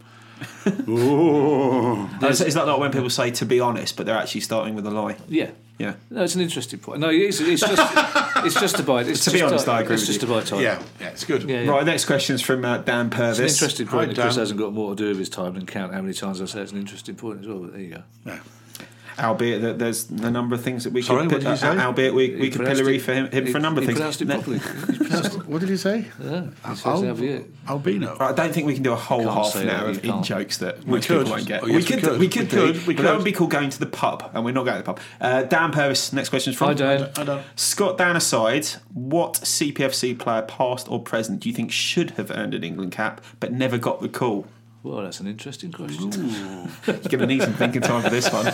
Uh, is, is that not when people say "to be honest," but they're actually starting with a lie?
Yeah.
Yeah.
No, it's an interesting point. No, it's, it's just it's just to buy. It's
To be
just
honest, I agree
It's
with
just
you.
to buy time.
yeah, yeah, it's good.
Yeah, yeah.
Right. Next question is from uh, Dan Purvis.
It's an interesting
Hi,
point. that Chris
Dan.
hasn't got more to do with his time than count how many times I say it's an interesting point as well. But there you go.
Yeah.
albeit that there's a number of things that we
Sorry,
could, uh,
what did you say?
albeit we,
He
we could
pronounced
pillory
it-
for him, him
he-
for a number of
he
things.
pronounced it
No-
properly.
What did you say?
Yeah, he says
Al-
Albier.
Albino.
I don't think we can do a whole
Can't
half
say
an
that,
hour
you
of in
can't.
jokes that most
could.
people won't get.
Oh, yes,
we,
we
could,
could.
we could,
We
do,
could, we
but that
could.
would be called going to the pub, and we're not going to the pub. Uh, Dan Purvis, next question is from
Hi, Dan.
I don't.
Scott Dan aside, what CPFC player, past or present, do you think should have earned an England cap but never got the call?
Well, that's an interesting question.
You're going to need some thinking time for this one.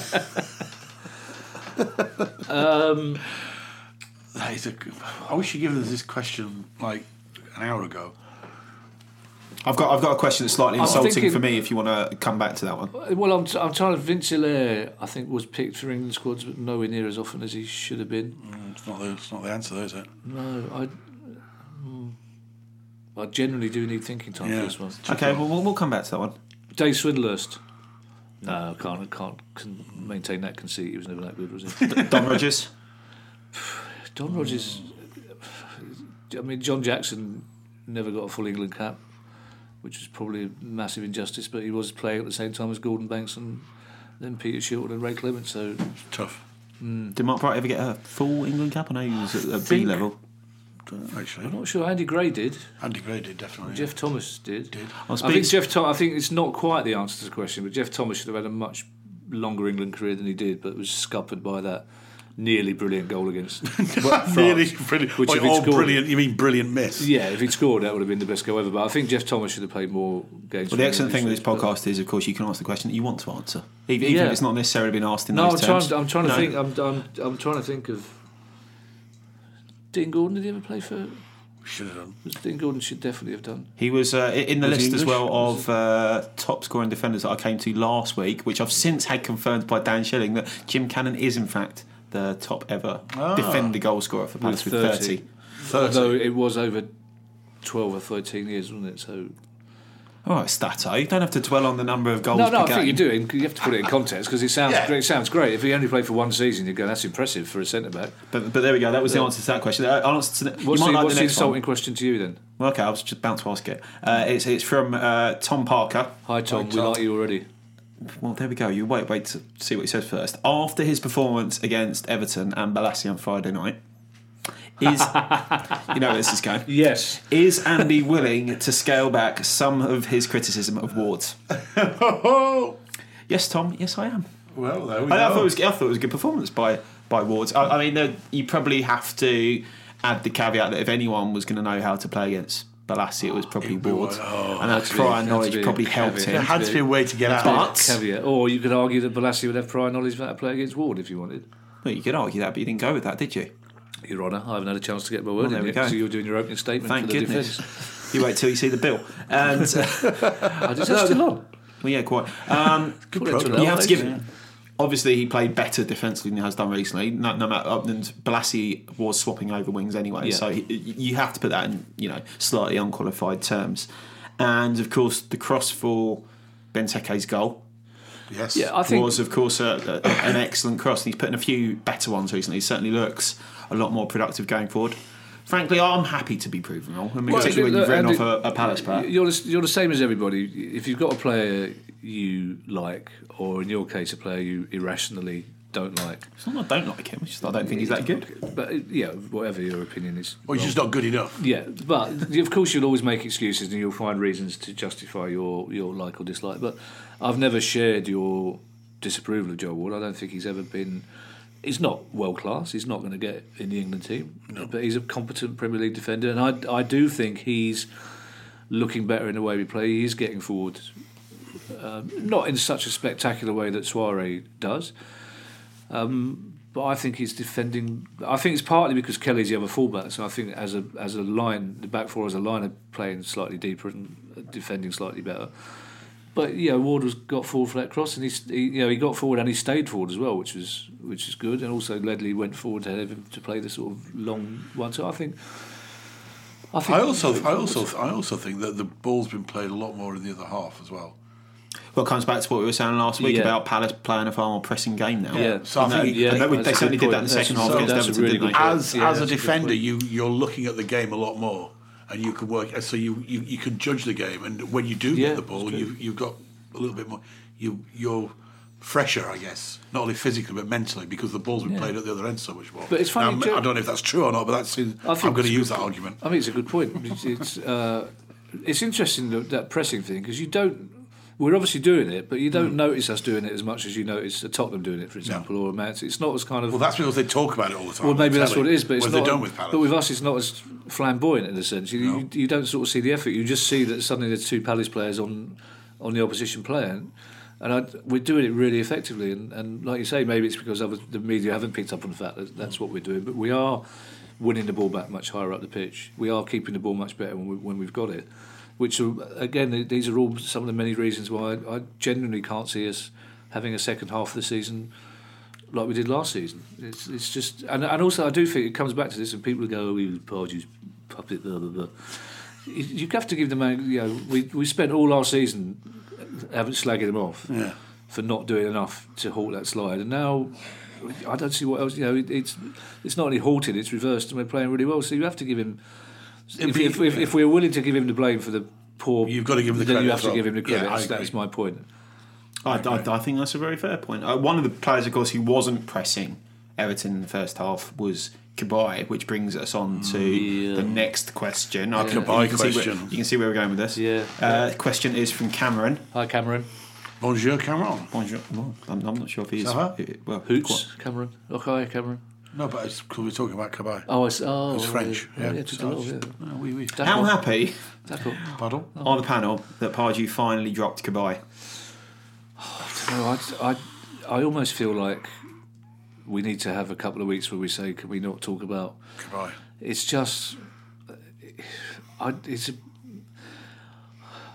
That is a good- I wish you'd given us this question like an hour ago.
I've got I've got a question that's slightly
I'm
insulting
thinking-
for me. If you want to come back to that one,
Well, I'm, I'm trying to. Vince Hilaire, I think, was picked for England squads, but nowhere near as often as he should have been.
It's not the, it's not the answer, though, is it?
No, I. hmm. I generally do need thinking time
Yeah.
for this one.
okay. Well, we'll, we'll come back to that one.
Dave Swindlerst. No, I can't, I can't con- maintain that conceit. He was never that good, was he?
Don Rogers.
Don Rogers. I mean, John Jackson never got a full England cap, which was probably a massive injustice, but he was playing at the same time as Gordon Banks and then Peter Shilton and Ray Clement, so
It's tough.
Did Mark Bright ever get a full England cap? I know he was at a B level.
Don't know, Actually,
I'm not sure. Andy Gray did.
Andy Gray did definitely.
Jeff Thomas did.
I'll
I think
speak-
Jeff. Tho- I think it's not quite the answer to the question, but Jeff Thomas should have had a much longer England career than he did, but was scuppered by that nearly brilliant goal against France,
Really brilliant.
Which
oh,
if he'd
oh,
scored,
brilliant. You mean brilliant miss?
Yeah, if he'd scored, that would have been the best goal ever. But I think Jeff Thomas should have played more games.
Well, the excellent thing with this podcast is, of course, you can ask the question that you want to answer, even, even
Yeah.
if it's not necessarily been asked in
No, I'm
those
trying.
terms.
I'm trying to
No.
think. um, I'm, I'm, I'm trying to think of. Dean Gordon did he ever play for?
Should have done.
Was Dean Gordon should definitely have done.
He was uh, in the
Was he
list as
English?
well
Was
of uh, top scoring defenders that I came to last week, which I've since had confirmed by Dan Schilling that Jim Cannon is in fact the top ever
Ah.
defender goal scorer for Palace with, 30.
Although it was over twelve or thirteen years, wasn't it? So
All right, Stato, you don't have to dwell on the number of goals.
No, no,
per
I think
game.
you do. it. You have to put it in context because it sounds
Yeah.
great. It sounds great. If he only played for one season, you go, that's impressive for a centre back.
But, but there we go. That was the answer to that question. Uh, I'll answer to the, you
What's,
might
the,
like
what's
the
the
next
insulting
one.
question to you then?
Well, okay, I was just about to ask it. Uh, it's it's from uh, Tom Parker.
Hi Tom, we like you already.
Well, there we go. You wait, wait to see what he says first. After his performance against Everton and Balassi on Friday night, is you know where this is going.
Yes.
Is Andy willing to scale back some of his criticism of Wards?
Oh,
Yes, Tom. Yes, I am.
well, there we
I,
go.
I thought it was. I thought it was a good performance by by Wards. I, I mean, there- you probably have to add the caveat that if anyone was going to know how to play against Balassi, it was probably Wards, and that
to be-
prior
had to be
knowledge
a
probably helped
caveat.
There
him.
had to be a way to get out. of
But-
Caveat. Or you could argue that Balassi would have prior knowledge of how to play against Ward if you wanted.
Well, you could argue that, but you didn't go with that, did you?
Your Honour, I haven't had a chance to get my word in
there we
yet,
go.
so you're doing your opening statement
Thank
for the
goodness.
defence.
You wait till you see the bill, and uh,
I just that's still on.
well, yeah, quite. Um,
Put it to
you
the
have
face.
to give him. Obviously, he played better defensively than he has done recently. No, no matter, and Balassi was swapping over wings anyway,
Yeah.
so he, you have to put that in, you know, slightly unqualified terms. And of course, the cross for Benteke's goal
it. Yes.
Yeah, I think
was, of course, a, a, an excellent cross. And he's put in a few better ones recently. He certainly looks a lot more productive going forward. Frankly, I'm happy to be proven wrong, and particularly when
look,
you've written off
Andy,
a, a Palace player.
You're the, you're the same as everybody. If you've got a player you like, or in your case, a player you irrationally don't like,
It's not that I don't like him; it's just I don't think he's that good.
but uh, yeah, whatever your opinion is.
Well, he's
wrong.
just not good enough.
Yeah, but of course you'll always make excuses and you'll find reasons to justify your, your like or dislike. But I've never shared your disapproval of Joe Ward. I don't think he's ever been. He's not world class. He's not going to get in the England team. But he's a competent Premier League defender, and I I do think he's looking better in the way we play. He's getting forward, um, not in such a spectacular way that Soiree does. um, But I think he's defending. I think it's partly because Kelly's the other fullback, so I think as a as a line, the back four as a line are playing slightly deeper and defending slightly better. But yeah, Ward was got forward for that cross, and he, st- he you know he got forward and he stayed forward as well, which was which is good. And also Ledley went forward to have him to play the sort of long one. So I think. I, think
I also, I also, I also think that the ball's been played a lot more in the other half as well.
Well, it comes back to what we were saying last week
Yeah.
about Palace playing a far more pressing game now.
Yeah.
So I
And
think
that- and that we-
that's
they
a
certainly
good
did that in the
point.
second
That's-
half
so
against
that's a
Everton,
really
didn't
good
they?
point.
as
Yeah,
as a
that's a good
defender,
point.
you you're looking at the game a lot more, and you can work. So you you, you can judge the game, and when you do
Yeah,
get the ball,
that's
you you've got a little bit more. You you're fresher, I guess, not only physically but mentally, because the ball's been played at the other end so much more.
But it's funny,
Now,
Joe-
I don't know if that's true or not, but that's. I'm
I think
going
it's
to use
a good
that
point.
argument.
I mean, it's a good point. It's it's, uh, it's interesting that, that pressing thing because you don't. We're obviously doing it, but you don't
Mm.
notice us doing it as much as you notice a Tottenham doing it, for example, or a Man. City. It's not as kind of.
Well, that's because they talk about it all the time.
Well,
on the
maybe that's
telly,
what it is, but it's
whereas
not.
they don't with Palace.
But with us, it's not as flamboyant in a sense. You, you, you don't sort of see the effort. You just see that suddenly there's two Palace players on on the opposition player, and, and I, we're doing it really effectively. And, and like you say, maybe it's because other, the media haven't picked up on the fact that that's what we're doing. But we are winning the ball back much higher up the pitch. We are keeping the ball much better when, we, when we've got it. Which are, again, these are all some of the many reasons why I, I genuinely can't see us having a second half of the season like we did last season. It's, it's just, and, and also I do think it comes back to this, and people go, "Oh, he was Pardew's puppet." Blah blah blah. You, you have to give the man. You know, we we spent all our season having slagging him off for not doing enough to halt that slide, and now. I don't see what else. You know, it, it's it's not only halted; it's reversed, and we're playing really well. So you have to give him. If,
be-
if, if, if we're willing to give him the blame for the poor,
You've got to give him the
then
credit
you have
as
to
well.
give him the
Yeah,
credit.
I
That's- that's
agree.
my point.
I, I, I think that's a very fair point. Uh, one of the players, of course, who wasn't pressing Everton in the first half was Kabai, which brings us on to the next question. I can-
Kabay
you can see where-
question.
you can see where we're going with this.
Yeah.
Uh, question is from Cameron.
Hi, Cameron.
Bonjour, Cameron.
Bonjour. Well, I'm, I'm not sure if he's.
Is that her?
it- Well,
Hoots. Cameron. Okay, Cameron.
No, but it's because we're talking about Kabay.
Oh, it's, oh,
It's
oh,
French.
Yeah,
Yeah,
yeah, just a
so
little,
it's-
yeah.
no, oui, oui.
Dapple,
How happy
Dapple.
Pardon?
Oh.
are the panel that Pardew finally dropped Kabai?
No, I, I, I almost feel like we need to have a couple of weeks where we say, can we not talk about?
Kabay.
It's just, I, it's. A,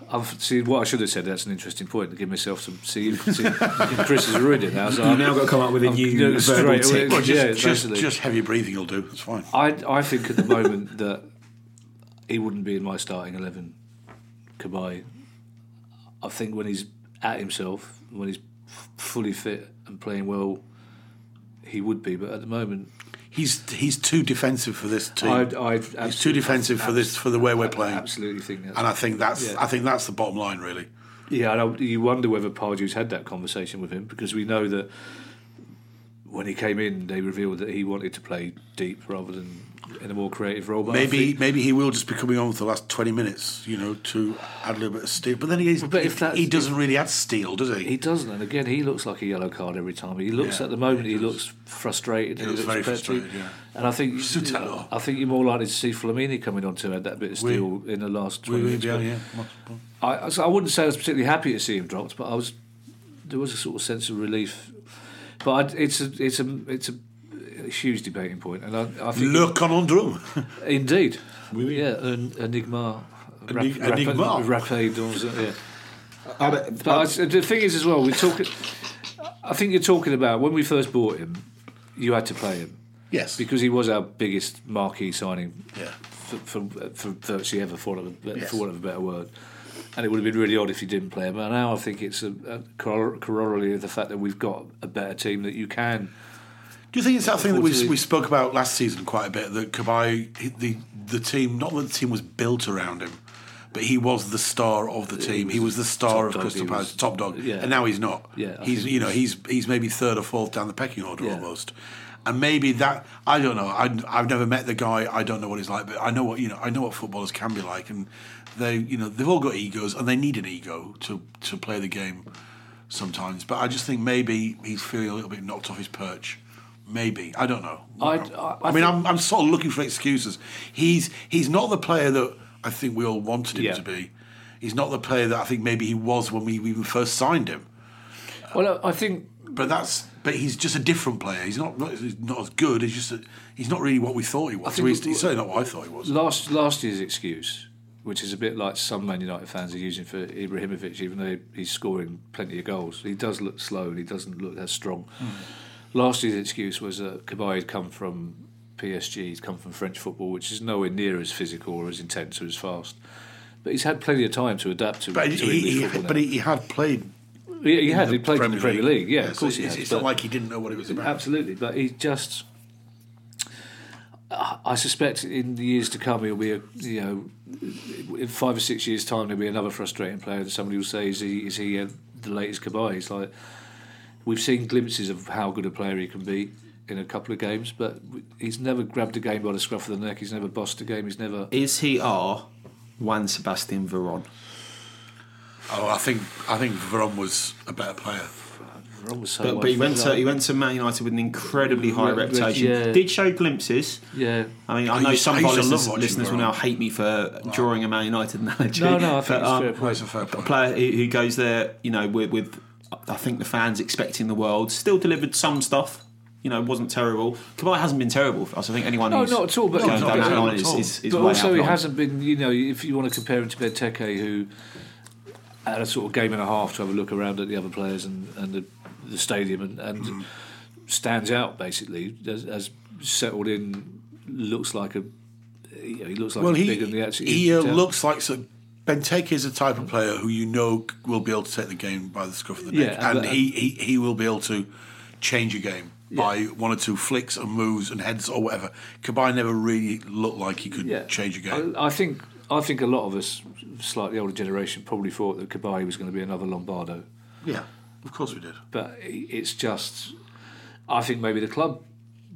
I've seen what I should have said. That's an interesting point to give myself some. See, see Chris has ruined it now. So I've
now got to come up with a new verbal
straight away.
tick.
Well, just,
yeah,
just,
basically.
just heavy breathing will do. That's fine.
I I think at the moment that he wouldn't be in my starting eleven. Kabay. I think when he's at himself, when he's f- fully fit and playing well, he would be. But at the moment,
He's he's too defensive for this team.
I I
he's too defensive for this for the way we're playing.
Absolutely think that's
And I think that's
Yeah.
I think that's the bottom line, really.
Yeah, and I, you wonder whether Pardew's had that conversation with him because we know that when he came in, they revealed that he wanted to play deep rather than in a more creative role. But I
Maybe
think-
maybe he will just be coming on for the last twenty minutes, you know, to add a little bit of steel. But then he's,
But if
he-
that's-
he doesn't really add steel, does he?
He doesn't, and again, he looks like a yellow card every time. He looks
Yeah,
at the moment,
he
he,
does.
looks frustrated. He,
looks very
petty.
frustrated, yeah.
And I think
Sutalo.
I think you're more likely to see Flamini coming on to add that bit of
Oui.
steel in the last
We-
20
we-
minutes.
yeah, yeah.
I, so I wouldn't say I was particularly happy to see him dropped, but I was there was a sort of sense of relief. But I, it's a it's a it's a huge debating point, and I, I think
Le Canon Drum.
indeed, yeah, an enigma, rap-
Enig-
rap-
enigma. Ah,
rapé dans- yeah.
I, but,
But I s the thing is, as well, we're talking. I think you're talking about when we first bought him, you had to play him
yes.
because he was our biggest marquee signing
Yeah.
for, for, for virtually ever, for want, of a,
Yes.
for want of a better word. And it would have been really odd if you didn't play him. And now I think it's a, a corro- corollary of the fact that we've got a better team that you can.
Do you think it's that thing that we,
Unfortunately-
we spoke about last season quite a bit that Kabay, he- the the team, not that the team was built around him, but he was the star of the team. He was the star of
top dog,
Crystal
he
Palace,
was-
top dog,
yeah.
and now he's not.
Yeah, I
he's
think
you know he's he's maybe third or fourth down the pecking order
Yeah.
almost, and maybe that I don't know. I, I've never met the guy. I don't know what he's like, but I know what you know. I know what footballers can be like, and they you know they've all got egos, and they need an ego to to play the game sometimes. But I just think maybe he's feeling a little bit knocked off his perch. Maybe I don't know.
I- I- I
mean,
think-
I'm, I'm sort of looking for excuses. He's he's not the player that I think we all wanted him
Yeah.
to be. He's not the player that I think maybe he was when we even first signed him. Uh,
Well, I I think
But that's but he's just a different player. He's not he's not as good. He's just a, he's not really what we thought he was.
think
He's,
it-
he's certainly not what I thought he was.
last last year's excuse, which is a bit like some Man United fans are using for Ibrahimovic, even though he's scoring plenty of goals, he does look slow and he doesn't look as strong.
Hmm.
Last year's excuse was that Kabay had come from PSG, he'd come from French football, which is nowhere near as physical or as intense or as fast. But he's had plenty of time to adapt to,
But
to
he,
English
he,
football.
but he, he had played.
now. he, he had, he played in the Premier League, yeah, of
so
course he
it's,
had.
it's
but-
not like he didn't know what it was about.
Absolutely, but he just. I I suspect in the years to come he'll be a you know in five or six years time there'll be another frustrating player and somebody will say is he is he uh, the latest Kabay? It's like We've seen glimpses of how good a player he can be in a couple of games, but w- he's never grabbed a game by the scruff of the neck. He's never bossed a game. He's never.
Is he our Juan Sebastian Veron?
Oh, I think I think Veron was a better player.
Ron was so
But, but he went to he went to Man United with an incredibly high
Yeah,
reputation.
yeah.
Did show glimpses.
Yeah.
I mean, I
I
know
Oh, used-
some
I
of our
used to love
listeners,
watching
listeners will
Veron.
now hate me for drawing a Man United analogy.
No, no, I
But,
think it's
um,
fair
Well,
play.
it's a fair
a
point.
player who who goes there, you know, with, with I think the fans expecting the world, still delivered some stuff. You know, wasn't terrible. Kabay hasn't been terrible for us. I think anyone
No,
who's
not at all, but-
going
not
No,
down that
terrible
line
at
is,
all.
is, is
but
way
also, he
outlined.
hasn't been, you know, if you want to compare him to Benteke, who had a sort of game and a half to have a look around at the other players and, and the, the stadium and, and stands out basically, has, has settled in, looks like a. You know, he looks like
Well,
he's
he
bigger than he actually is.
he uh,
Yeah.
looks like so. Benteke is the type of player who you know c- will be able to take the game by the scruff of the neck,
Yeah,
and
and-
he, he he will be able to change a game by one or two flicks and moves and heads or whatever. Kabay never really looked like he could
yeah. Oh,
change a game.
I, I think I think a lot of us, slightly older generation, probably thought that Caballi was going to be another Lombardo.
yeah, of course we did.
but i- it's just I think maybe the club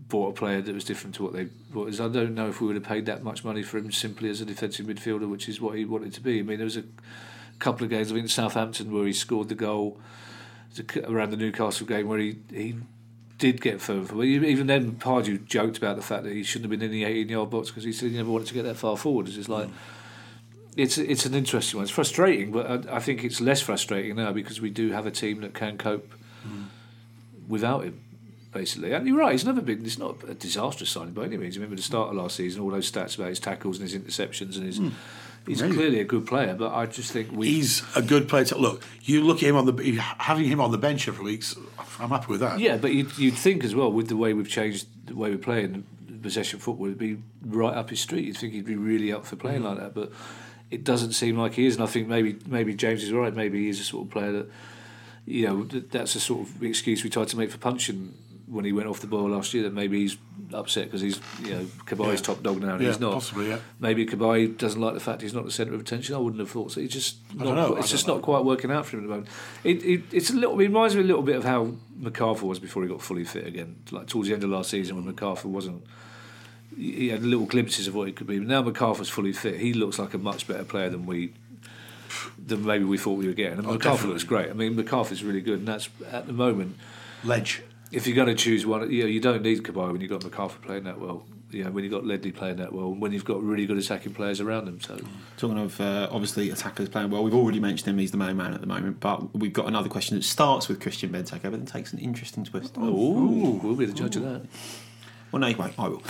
bought a player that was different to what they what is. I don't know if we would have paid that much money for him simply as a defensive midfielder, which is what he wanted to be. I mean, there was a couple of games I think in Southampton where he scored the goal the c- around the Newcastle game where he he did get further. Well, even then, Pardew joked about the fact that he shouldn't have been in the 18-yard box because he said he never wanted to get that far forward. It's just like it's it's an interesting one. It's frustrating, but I, I think it's less frustrating now because we do have a team that can cope without him, basically. And you're right; he's never been. It's not a disastrous signing by any means. Remember the start of last season, all those stats about his tackles and his interceptions, and his he's clearly a good player. But I just think we
He's a good player. To, look, you look at him on the having him on the bench every week. I'm happy with that.
Yeah, but you'd, you'd think as well with the way we've changed the way we're playing possession football, it'd be right up his street. You'd think he'd be really up for
Mm.
playing like that, but it doesn't seem like he is. And I think maybe maybe James is right. Maybe he's a sort of player that you know th- that's a sort of excuse we tried to make for punching when he went off the ball last year. That maybe he's upset because he's you know Kabai's
Yeah.
top dog now and
Yeah,
he's not.
possibly, yeah.
Maybe Kabai doesn't like the fact he's not the centre of attention. I wouldn't have thought so. He's just not,
don't know,
quite- It's
I
just
don't
not quite working out for him at the moment. It, it, it's a little. It reminds me a little bit of how MacArthur was before he got fully fit again. Like towards the end of last season when MacArthur wasn't. He had little glimpses of what he could be. But now MacArthur's fully fit. He looks like a much better player than we. Than maybe we thought we were getting. And MacArthur
Oh, definitely.
looks great. I mean, MacArthur's really good, and that's at the moment
Ledge.
if you're going to choose one, you know, you don't need Kabay when you've got MacArthur playing that well. You know, when you've got Ledley playing that well, and when you've got really good attacking players around them. So
Talking of uh, obviously attackers playing well, we've already mentioned him. He's the main man at the moment, but we've got another question that starts with Christian Benteke, but then takes an interesting twist.
Ooh, we'll be the judge of that.
Well, no, you won't. I will.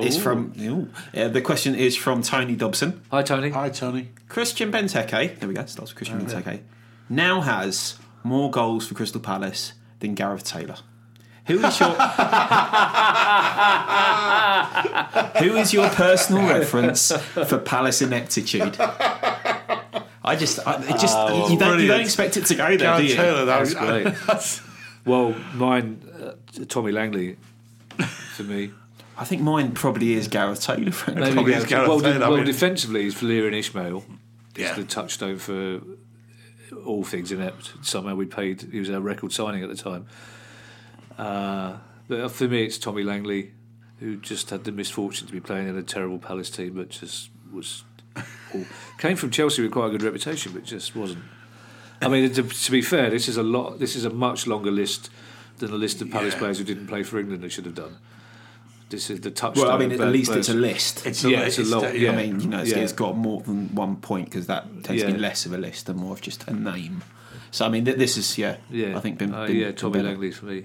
Uh, it's from ooh. Uh, the question is from Tony Dobson.
Hi, Tony.
Hi, Tony.
Christian Benteke. There we go. Starts with Christian Benteke. Now has more goals for Crystal Palace than Gareth Taylor. Who is your Who is your personal reference for Palace ineptitude? I just, I, it just you, don't, you
Oh, brilliant.
don't expect it to go there, do
Gareth
you?
Taylor. That
That's
was
great. well, mine, uh, Tommy Langley, for me.
I think mine probably is Gareth Taylor. Frankly.
Maybe
Probably
Gareth-
is Gareth
well, de-
Taylor, I
well,
mean.
defensively, it's Lear and Ishmael.
Yeah.
It's the touchstone for all things inept. Somehow we paid. He was our record signing at the time. Uh, but for me, it's Tommy Langley, who just had the misfortune to be playing in a terrible Palace team, but just was. awful. Came from Chelsea with quite a good reputation, but just wasn't. I mean, to, to be fair, this is a lot. This is a much longer list than the list of Palace
Yeah.
players who didn't play for England that should have done. This is the touchstone.
Well, I
of
mean, at
bad
least it's a
players.
list.
It's
Yeah, it's a lot, yeah.
I mean, you know, it's,
Yeah.
it's got more than one point because that tends to be
Yeah.
less of a list and more of just a name. So I mean, th- this is yeah.
Yeah,
I think been,
Uh,
been-
yeah,
been
Tommy
better.
Langley for me.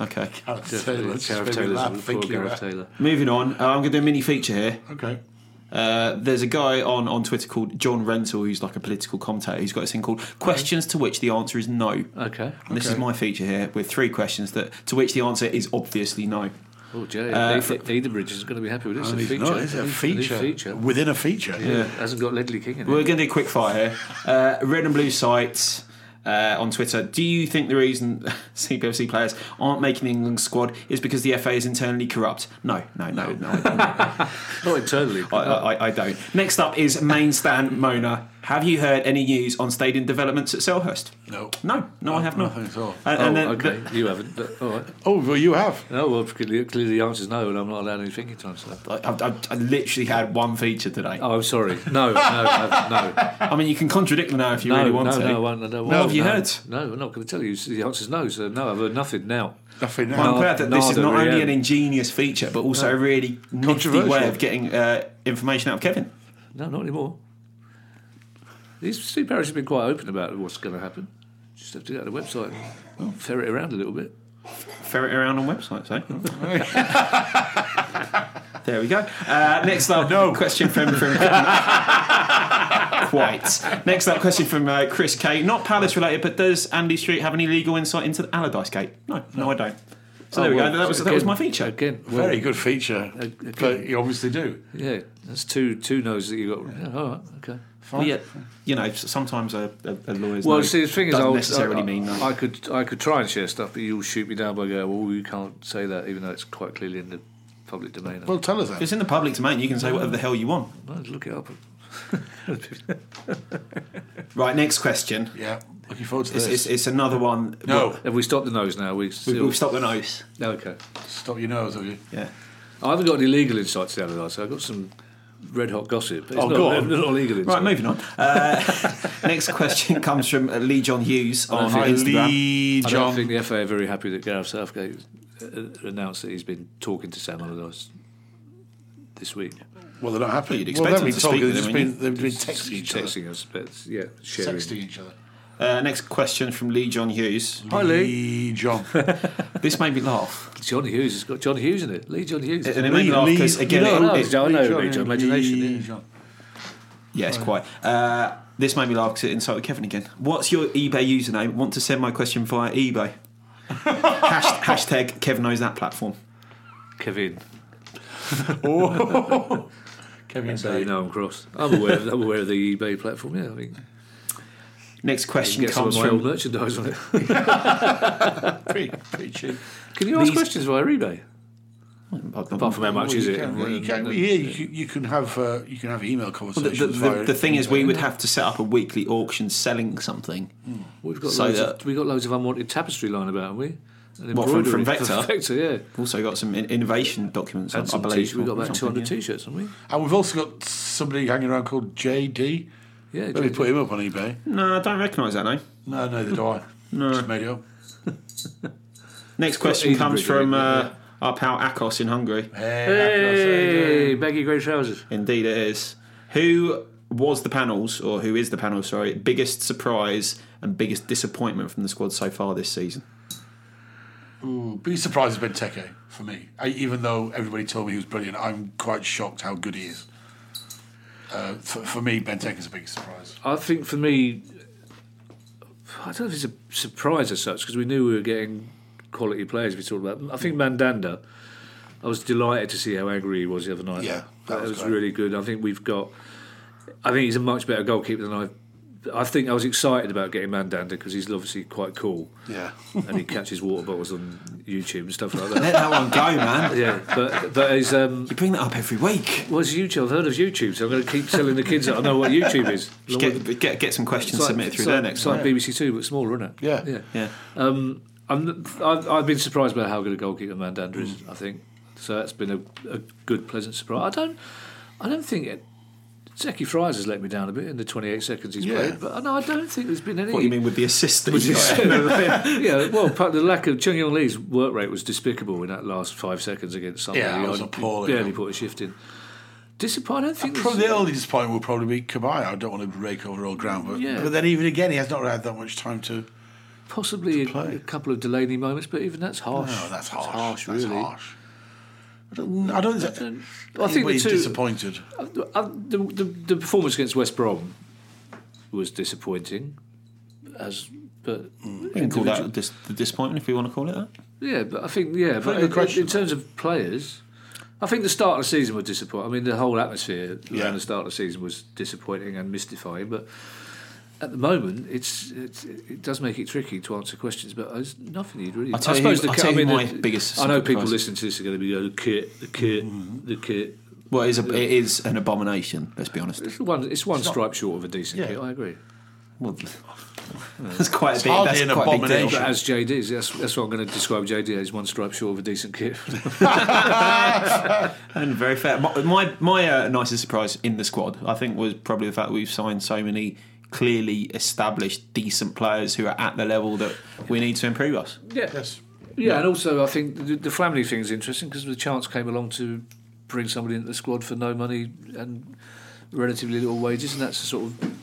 Okay.
Taylor.
Gareth
That's made me
Taylor's
laugh
before
thinking
Gareth
about it.
Taylor.
Moving on, uh, I'm going to do a mini feature here.
Okay.
Uh, there's a guy on, on Twitter called John Rental who's like a political commentator. He's got this thing called questions to which the answer is no. And
Okay.
this is my feature here with three questions that to which the answer is obviously no.
Oh, Jerry,
Uh,
uh, Edenbridge is going to be happy with this.
Oh,
a
he's
feature.
not, is it? A
New- new
feature.
feature.
Within a feature.
Yeah. Hasn't got Ledley King in
We're
it.
going to do quick fire here. Uh, red and blue sites uh, on Twitter. Do you think the reason CPFC players aren't making the England squad is because the FA is internally corrupt? No, no, no, no. I,
Not internally.
I, I, I don't. Next up is main stand Mona. Have you heard any news on stadium developments at Selhurst?
No.
No, no, I have not.
nothing at all.
And,
Oh,
and then
okay. you haven't. But, all right.
Oh, well, you have.
No, well, clearly, clearly the answer's no, and I'm not allowed any thinking time. So.
the- I, I, I literally had one feature today.
Oh, I'm sorry. No, no, I've, no.
I mean, you can contradict me now if you
no,
really want to.
no, no, I won't- I don't
No,
want-
have you
no,
heard?
No, I'm not going to tell you. The answer's no. So no, I've heard nothing now.
Nothing
I'm
now.
No.
glad that this is
Nada
not only
really.
an ingenious feature, but also a really nifty
Controversial.
way of getting uh, information out of Kevin.
No, not anymore. These Steve Parish has been quite open about what's going to happen. Just have to go to the website,
Oh.
and ferret around a little bit.
Ferret around on websites, eh? there we go. Uh, next up, question from, from quite. Next up, question from uh, Chris K. Not Palace related, but does Andy Street have any legal insight into the Allardyce Gate? No, no, I don't. So there
Oh,
we
well,
go. That was that was
again-
my feature.
again. well,
Very good feature.
okay.
But you obviously do.
Yeah, that's two two no's that you got. Yeah, all right, okay.
Well, yeah, you know, s- sometimes a, a, a lawyer's
Well,
no
see, the thing is,
doesn't
I'll,
necessarily
I,
mean no.
I could I could try and share stuff, but you'll shoot me down by going, "Well, you can't say that," even though it's quite clearly in the public domain.
Well, tell us that.
it's in the public domain. You can say whatever the hell you want.
Well, look it up.
Right. Next question.
Yeah. Looking forward to
It's,
this.
it's, it's another one.
no.
Have we stopped the nose now? We
We,
still...
we've stopped the nose.
Okay.
Stop your nose, have you?
Yeah.
I haven't got any legal insights down the so I've got some red hot gossip. But it's
Oh,
not,
go on.
Not legal insights.
Right, moving on. Uh, next question comes from uh, Lee John Hughes on
think-
Instagram.
Lee
I
John.
don't think the FA are very happy that Gareth Southgate uh, announced that he's been talking to Sam Allardyce this week.
Well, they're not happy.
you'd
well,
expect
they've
them
been
to speak
talking. They've
to
just
them,
been, they've been
Texting
texting each other.
us, but yeah, sharing.
Texting each other.
Uh, next question from Lee John Hughes.
Hi, Lee.
Lee John.
This made me laugh,
John Hughes has got John Hughes in it. Lee John Hughes.
and it made me laugh because
Lee-
again,
no,
it-
no,
it-
it's John- I know, Lee John, imagination,
Lee
yeah.
John.
yeah, it's quite. Uh, this made me laugh because it insulted Kevin again. What's your eBay username? Want to send my question via eBay? Hasht- hashtag Kevin knows that platform.
Kevin.
Oh. Kevin
So you
Day.
know I'm cross. I'm aware. Of, I'm aware of the eBay platform. Yeah, I mean,
Next question
get some of
comes
my old
from
merchandise on it.
Pretty, pretty cheap.
Can you ask
These-
questions via eBay? Apart from how much is
you
it?
Can,
and-
you can,
and-
yeah, you can, you can have uh, you can have email
the,
conversations.
the, the,
via-
the thing is, we would have to set up a weekly auction selling something.
We've got
So
loads
that-
of, we got loads of unwanted tapestry lying about, haven't we? And
What, from- from
embroidery for
Vector?
Vector, yeah.
Also, got some in- innovation documents. I-
And some
I
t
believe
shirts. We've got
or
about two
something,
hundred
yeah.
t-shirts, haven't we?
and we've also got somebody hanging around called JD.
Yeah.
Let me put him up on eBay.
No, I don't recognise that name.
No, neither do I. No. Just made it up.
Next question
Edenbridge,
comes from
isn't it?
uh, our pal Akos in Hungary.
Hey, baggy grey trousers.
Indeed, it is. Who was the panels, or who is the panel? Sorry, biggest surprise and biggest disappointment from the squad so far this season.
Ooh, be surprised at Benteke for me. I, even though everybody told me he was brilliant, I'm quite shocked how good he is. Uh, for, for me, Benteke's a big surprise.
I think for me, I don't know if it's a surprise as such because we knew we were getting quality players. We talked about. I think Mandanda. I was delighted to see how angry he was the other night.
Yeah, that
that,
was
was,
great.
really good. I think we've got. I think he's a much better goalkeeper than I. I think I was excited about getting Mandanda because he's obviously quite cool
Yeah.
and he catches water bottles on YouTube and stuff like that.
Let that one go, man.
yeah, but but he's um,
You bring that up every week.
what's YouTube? I've heard of YouTube, so I'm going to keep telling the kids that I know what YouTube is.
Just get, get get some questions submitted through there next
It's like
time.
BBC Two, but smaller, isn't it?
Yeah.
yeah.
Yeah.
Um, I'm, I've, I've been surprised by how good a goalkeeper Mandanda is. I think so. That's been a, a good, pleasant surprise. I don't, I don't think it. Zeki Fries has let me down a bit in the 28 seconds he's
Yeah.
played, but no, I don't think there's been any.
What do you mean with the assist? that you got?
yeah, well, part- the lack of Chung Yong Lee's work rate was despicable in that last five seconds against Sunday.
Yeah, it was
He
appalling.
Barely put a shift in. Disappointed. I don't think
Probably
there's-
the only disappointment will probably be Kabaya. I don't want to rake over all ground, but,
Yeah.
but then even again, he has not had that much time to.
possibly a,
play.
a couple of Delaney moments, but even that's harsh.
No, that's harsh.
harsh,
That's
really.
harsh. I don't. I don't.
don't-
I
I think
think
the
he's
two-
disappointed.
Uh, the, the, the performance against West Brom was disappointing, as but
Hmm.
You can call that dis- the disappointment if we want to call it that.
yeah, but I think yeah, but
good
in,
question.
in terms of players, I think the start of the season was disappointing. I mean, the whole atmosphere
Yeah.
around the start of the season was disappointing and mystifying, but. At the moment, it's, it's it does make it tricky to answer questions, but there's nothing you'd really.
I'll tell you who- I'll
ca-
tell you
mean,
my
the-
biggest
I know
surprise.
people oh,
Mm-hmm.
listening to this are going to be going the kit, the kit, the kit.
Well, it is, a, it is an abomination. Let's be honest.
It's one, it's one stripe short of a decent
Yeah.
kit, I agree.
Well, that's quite a big.
hardly
That's
an
quite a big deal.
abomination.
But as JD's, that's, that's what I'm going to describe JD as one stripe short of a decent kit.
And very fair. My my, my uh, nicest surprise in the squad, I think, was probably the fact that we've signed so many clearly established, decent players who are at the level that we need to improve us.
yeah.
Yes.
Yeah, and also I think the, the Flamini thing is interesting because the chance came along to bring somebody into the squad for no money and relatively little wages, and that's a sort of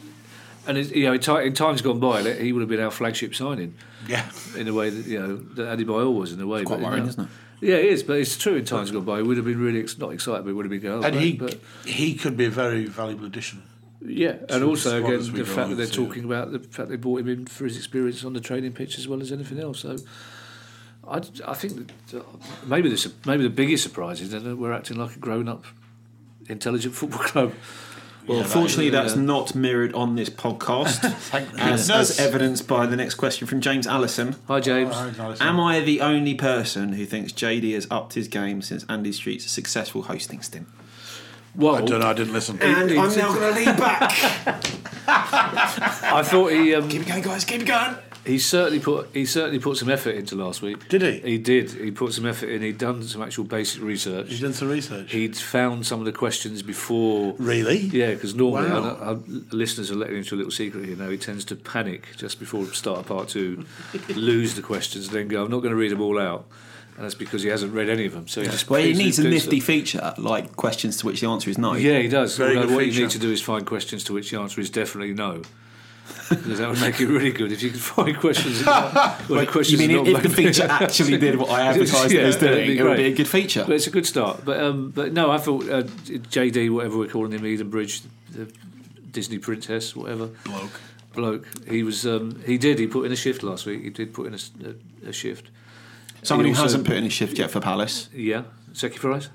and it, you know in, ti in times gone by like, he would have been our flagship signing
Yeah.
in a way that you know that Adebayor was in a way.
quite
but, you
worrying,
know-
isn't it?
Yeah, it is, but it's true. In times gone by, he would have been really ex- not excited, but he would have been going. oh,
And he
great, but,
he could be a very valuable addition.
yeah, and also
squad as
again
we
the
go
fact that
on,
they're
so-
talking about the fact they brought him in for his experience on the training pitch as well as anything else. So, I, I think that uh, maybe the su- maybe the biggest surprise is that we're acting like a grown up, intelligent football club.
Well, fortunately,
that
that's
is-
uh,
uh,
not mirrored on this podcast, as, as
goodness.
evidenced by the next question from James Allison.
Hi James,
Am I the only person who thinks JD has upped his game since Andy Street's successful hosting stint?
well,
I don't know. I didn't listen.
And I'm now going to lean back.
I thought he um,
keep it going, guys. Keep it going.
He certainly put he certainly put some effort into last week.
Did he?
He did. He put some effort in. He'd done some actual basic research.
He's done some research.
He'd found some of the questions before.
Really?
Yeah, because normally
Wow.
I don't- I- listeners are letting into a little secret here now. He tends to panic just before the start of part two, lose the questions, then go, "I'm not going to read them all out," and that's because he hasn't read any of them. So he just
Well, he
proves
needs a
doing
nifty
stuff.
feature, like questions to which the answer is no.
Yeah, he does.
Very
Although
good
what you
feature.
need to do is find questions to which the answer is definitely no. Because that would make it really good if you could find questions. That, well, the
You
questions
mean
are not
if, if the
made-
feature actually did what I advertised it
Yeah,
as
that'd
doing,
be
it would
great.
be a good feature.
But it's a good start. But um, but no, I thought uh, JD, whatever we're calling him, Edenbridge, the Disney princess, whatever
bloke.
bloke, he was um, he did he put in a shift last week. He did put in a, s- a- a shift.
Someone
he
who
also-
hasn't put in a shift yet for Palace.
Yeah, Secchi Price.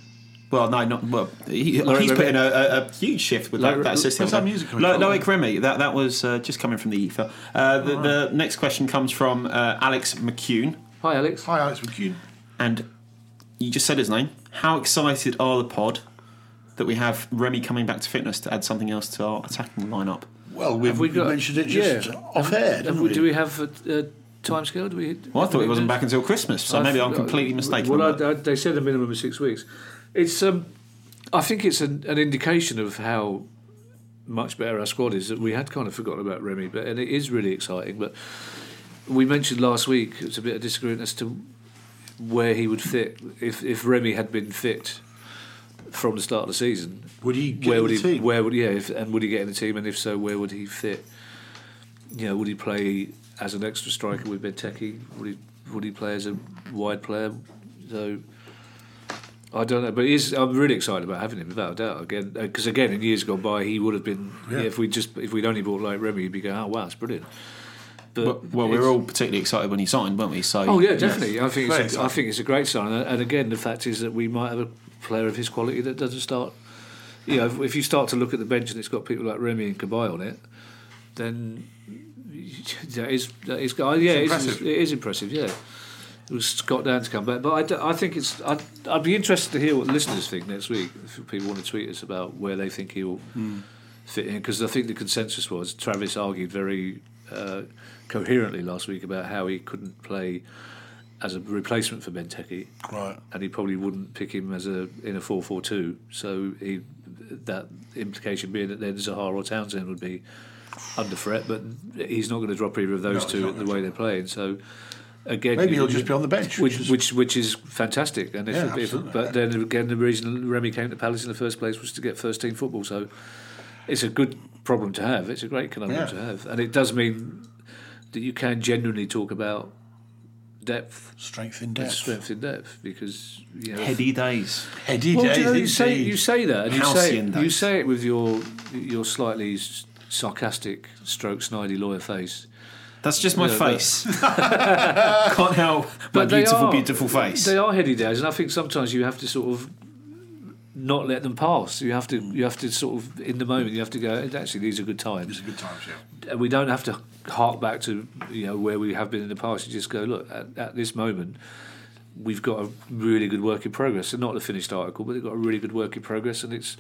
Well, no, not well. He,
Loic
he's put
Remy.
in a, a, a huge shift with that,
Loic-
that system.
where's that music coming
Lo-
from?
Loic Remy. That that was uh, just coming from the ether. Uh, the, the next question comes from uh, Alex McCune,
Hi Alex.
Hi, Alex McCune.
and you just said his name. How excited are the pod that we have Remy coming back to fitness to add something else to our attacking lineup?
Well, we've,
we got-
mentioned it just
yeah.
off air,
Have
didn't
we-
we?
Um, do we have a, a time scale? Do we?
Well, I thought it wasn't back until Christmas, so maybe I'm completely mistaken. on
Well,
that.
I, I, they said a minimum of six weeks. It's um, I think it's an, an indication of how much better our squad is that we had kind of forgotten about Remy, but and it is really exciting. But we mentioned last week it was a bit of disagreement as to where he would fit if if Remy had been fit from the start of the season.
Would he get
where
in
would
the
he?
team?
Where would yeah? If, and would he get in the team? And if so, where would he fit? You know, would he play as an extra striker with Benteke? Would he would he play as a wide player? So I don't know, but he's, I'm really excited about having him without a doubt. Again, because again, in years gone by, he would have been
Yeah.
if we just if we'd only bought like Remy, he'd be going, oh wow, it's brilliant. But
Well, well, we
it's-
were all particularly excited when he signed, weren't we? So,
Oh yeah, definitely. I think
Very
it's a, I
exciting.
think it's a great sign. And again, the fact is that we might have a player of his quality that doesn't start. You know, if, if you start to look at the bench and it's got people like Remy and Kabay on it, then that is that is oh, yeah, it is,
impressive.
it is impressive. Yeah, it was Scott Dan to come back, but I d- I, think it's I'd, I'd be interested to hear what listeners think next week. If people want to tweet us about where they think he'll fit in because I think the consensus was Travis argued very uh, coherently last week about how he couldn't play as a replacement for Benteke,
Right.
and he probably wouldn't pick him as a in a four four two. So he, that implication being that then Zahar or Townsend would be under threat, but he's not going to drop either of those
No, he's
two
not
at the
gonna
way they're playing. So again,
Maybe
you-
he'll just be on the bench,
which
which
which
is-
which, is fantastic. And if,
Yeah,
if-
absolutely.
but then again, the reason Remy came to Palace in the first place was to get first team football. So it's a good problem to have. It's a great conundrum
Yeah.
to have, and it does mean that you can genuinely talk about depth
Strength in
and
depth.
strength in depth because you know.
heady days.
Heady
Well, do
days,
you, know, you say
indeed.
you say that, and you say
Halcyon
it,
days.
you say it with your your slightly s- sarcastic, stroke snidey lawyer face.
That's just my
Yeah, but-
face. Can't help my
they
beautiful,
are-
beautiful face.
They are heady days, and I think sometimes you have to sort of not let them pass. You have to, you have to sort of in the moment. You have to go. Actually, these are good times.
It's a good time, yeah.
And we don't have to hark back to you know where we have been in the past. You just go look at, at this moment. we've got a really good work in progress. And not the finished article, but they've got a really good work in progress, and it's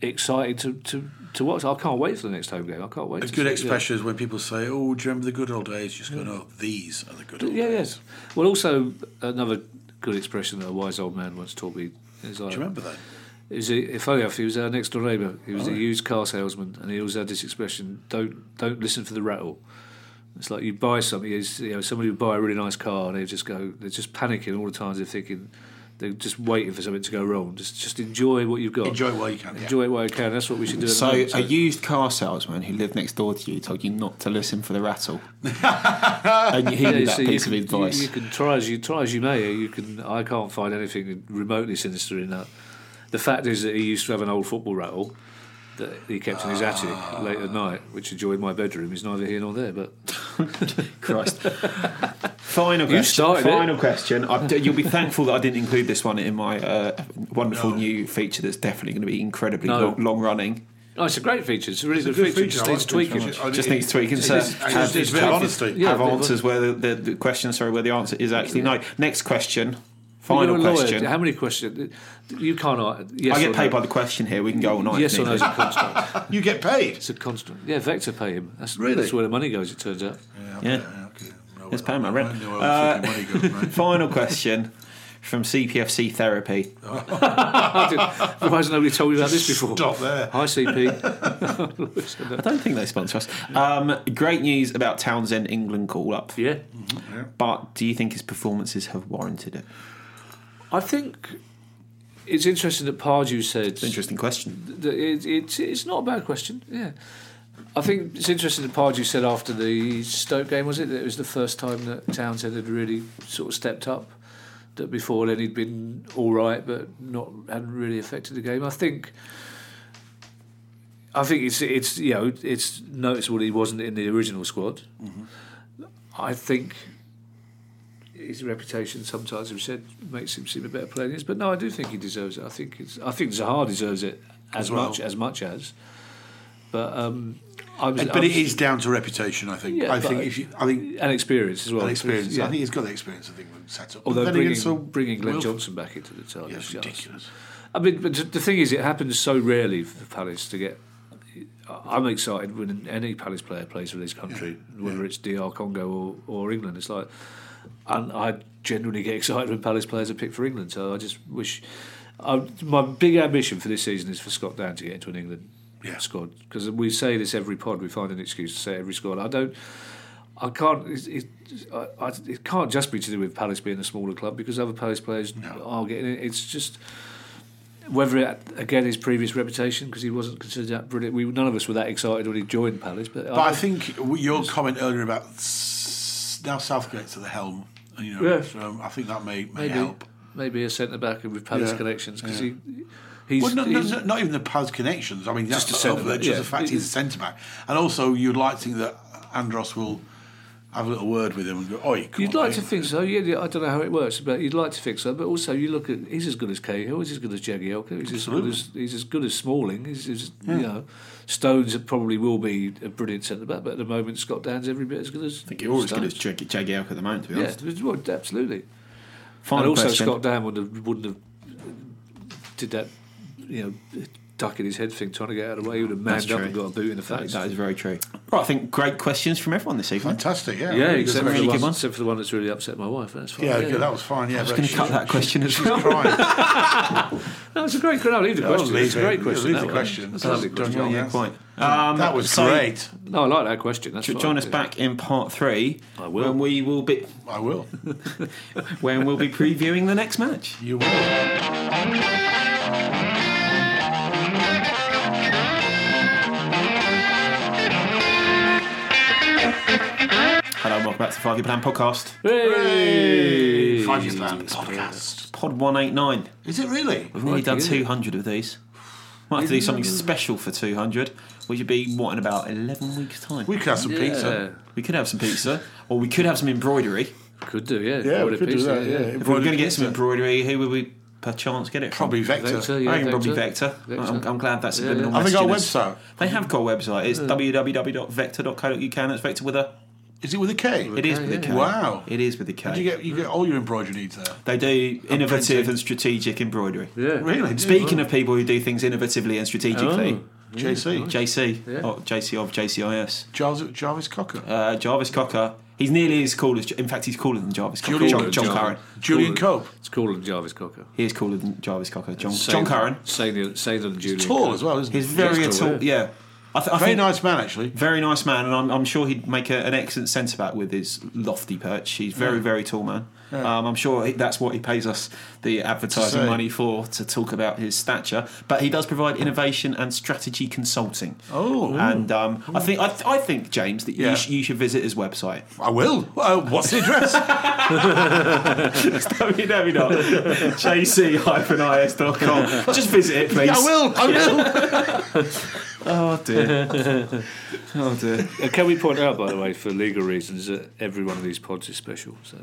exciting to, to, to watch. I can't wait for the next home game. I can't wait.
A
to
good
see- yeah. Mm.
expression is when people say, "Oh, do you remember the good old days?" Just go, "No, these are the good old
Yeah,
days."
yes. Well, also another good expression that a wise old man once taught me is uh, like,
Do you remember that?
It was a, if only if he was our next door neighbour, he was a used car salesman, and he always had this expression: "Don't don't listen for the rattle." It's like you buy something, it's, you know, somebody would buy a really nice car, and they just go, they're just panicking all the time. They're thinking, they're just waiting for something to go wrong. Just just enjoy what you've got.
Enjoy it while you can. yeah.
Enjoy it while you can. That's what we should do. at the
So,
moment,
a used car salesman who lived next door to you told you not to listen for the rattle. and you
Yeah,
heeded
you
that
see, you
piece
can-
of advice.
You, you can try as you try as you may. You can. I can't find anything remotely sinister in that. The fact is that he used to have an old football rattle that he kept in his attic late at night, which adjoined my bedroom. Is neither here nor there. But
Christ.
Final
You
question.
started it.
final question. I, you'll be thankful that I didn't include this one in my uh, wonderful new feature. That's definitely going to be incredibly
No.
long, long running.
oh, it's a great feature. It's a really
It's a good
good, feature. Just
feature, I
needs
like the
tweaking.
feature. I
Just
mean,
needs tweaking.
it
So
is- it
have,
is- it's a bit of
have-
honesty.
Yeah,
have
but-
answers where the, the, the question, sorry, where the answer is actually no. Next question.
You're
Final
a lawyer.
question.
How many questions? You can't. ar- Yes
I
or
get paid
no.
by the question here. We can go all night.
Yes or no
Nick.
is a constant.
You get paid.
It's a constant. Yeah, Vector pay him. That's,
Really?
that's where the money goes. It turns out.
Yeah.
okay. No,
It's
I-
paying my rent.
I know where the fucking money goes,
Uh,
mate.
Final question from CPFC Therapy.
I did, why has nobody told you about this before?
Stop there.
Hi, CP.
I don't think they sponsor us. Um, great news about Townsend England call up.
Yeah.
But do you think his performances have warranted it?
I think it's interesting that Pardew said
Interesting question.
that it, it, it's not a bad question. Yeah, I think it's interesting that Pardew said after the Stoke game was it that it was the first time that Townsend had really sort of stepped up. That before then he'd been all right, but not hadn't really affected the game. I think. I think it's it's you know it's noticeable he wasn't in the original squad. I think his reputation sometimes we've said makes him seem a better player than he is. But no, I do think he deserves it. I think it's I think Zaha deserves it as,
As well.
much as much as. But um, I was, I
But it
was-
is down to reputation, I think.
Yeah,
I
but-
think if you, I think
and experience as well.
an experience.
Yeah.
I think he's got the experience. I think with setup. But
Although
then
bringing,
again, so
bringing Glenn
Wilf-
Johnson back into the team,
yeah,
is
it's
just-
ridiculous.
I mean, but the thing is, it happens so rarely for Palace to get. I'm excited when any Palace player plays for this country, whether it's DR Congo or, or England. It's like, and I generally get excited when Palace players are picked for England. So I just wish. I, my big ambition for this season is for Scott Down to get into an England
Yeah.
squad because we say this every pod. We find an excuse to say every squad. I don't. I can't. It, it, I, I, it can't just be to do with Palace being a smaller club because other Palace players are getting it. It's just whether it again his previous reputation because he wasn't considered that brilliant. We none of us were that excited when he joined Palace, but,
But I think your comment earlier about s- now Southgate's at the helm, and you know,
Yeah.
so um, I think that may may
maybe
help.
maybe a centre back with Palace
Yeah.
connections because
Yeah.
he he's,
Well, no, no,
he's-
no, not even the Paz connections. I mean, that's
Just a
just,
centre back,
just
yeah.
the fact he's a centre back, and also you'd like to think that Andros will have a little word with him and go, "Oh,
You'd like to think so, yeah. yeah, I don't know how it works, but you'd like to think so. But also, you look at he's as good as Cahill, he's as good as Jagielka, he's as good as he's as good as Smalling. He's, as you know, Stones probably will be a brilliant centre back, but at the moment, Scott Down's every bit as good as. I
You're always good as Jag- Jagielka at the moment, to be
Yeah,
honest.
well, absolutely.
Final
and also,
question.
Scott Dan would have, wouldn't have did that, you know, duck in his head thing trying to get out of the way. He would have
That's
manned up
true.
and got a boot in the
That
face.
is- that is very true. Right, I think great questions from everyone this evening.
fantastic, yeah,
yeah,
really
except,
good.
for
really good
the one,
one.
except for the one that's really upset my wife. That's fine.
yeah, okay, that was fine. Yeah, I'm
Going to cut that question as well.
Crying.
No, it's a great question. I'll leave the
I'll
question. It's
leave
a
it.
great
Yeah,
question.
leave
that
the
one.
question.
That's a lovely
Done.
question.
Yeah,
Yeah,
that's-
quite. Um,
that was
so-
great.
No, I like that question. That's
Jo-
fine.
Join us back in part three.
I will.
When we will be
I will.
when we'll be previewing the next match.
You will.
Hello, and welcome back to Five Year Plan Podcast,
Hey!
Five years plan podcast.
Pod One Eight Nine.
Is it really?
We've already done
Crikey,
two hundred of these. Might have to do something special for two hundred, which would be what in about eleven weeks' time.
We could have some pizza.
We could have some pizza, or we could have some embroidery.
Could do, yeah.
Yeah,
Order
we could do
pizza,
that. Yeah,
If we were going to get some embroidery, who would we perchance get it from?
probably Vector.
Vector,
I
yeah,
reckon probably
Vector.
Vector. I'm,
Vector.
I'm glad that's a
Yeah,
good
yeah.
I think our website.
They have got a website. It's www.vector.co.uk and it's Vector with a
Is it with a K?
It is with a K.
Wow.
It is with a K.
You get you get all your embroidery needs there.
They do innovative and strategic embroidery.
Yeah.
Really?
Speaking of people who do things innovatively and strategically,
JC
JC,
Yeah.
or JC Oh, of JCIS,
Jarvis, Jarvis Cocker,
uh, Jarvis Cocker. He's nearly as cool as. In fact, he's cooler than Jarvis Cocker.
Julian-
John, John
Julian-
Curran.
Julian
Cooler-
Cope.
It's cooler than Jarvis Cocker.
He is cooler than Jarvis Cocker. John,
Say-
John Curran.
Say than say than Julian.
tall
Cope.
as well, isn't he?
He's very
He's
tall.
cool,
Yeah. I th- I
Very
think-
nice man, actually.
Very nice man, and I'm, I'm sure he'd make a, an excellent centre back with his lofty perch. He's very, very tall man. Um, I'm sure he, that's what he pays us the advertising
say.
money for to talk about his stature. But he does provide innovation and strategy consulting.
Oh.
and um, I think I, th- I think James that
Yeah.
you, sh- you should visit his website.
I will. Uh, what's the address?
no, we no, we not. jc-is.com. Just visit it, please.
I will. I will.
Oh dear. oh dear.
Uh, Can we point out, by the way, for legal reasons, that every one of these pods is special? So,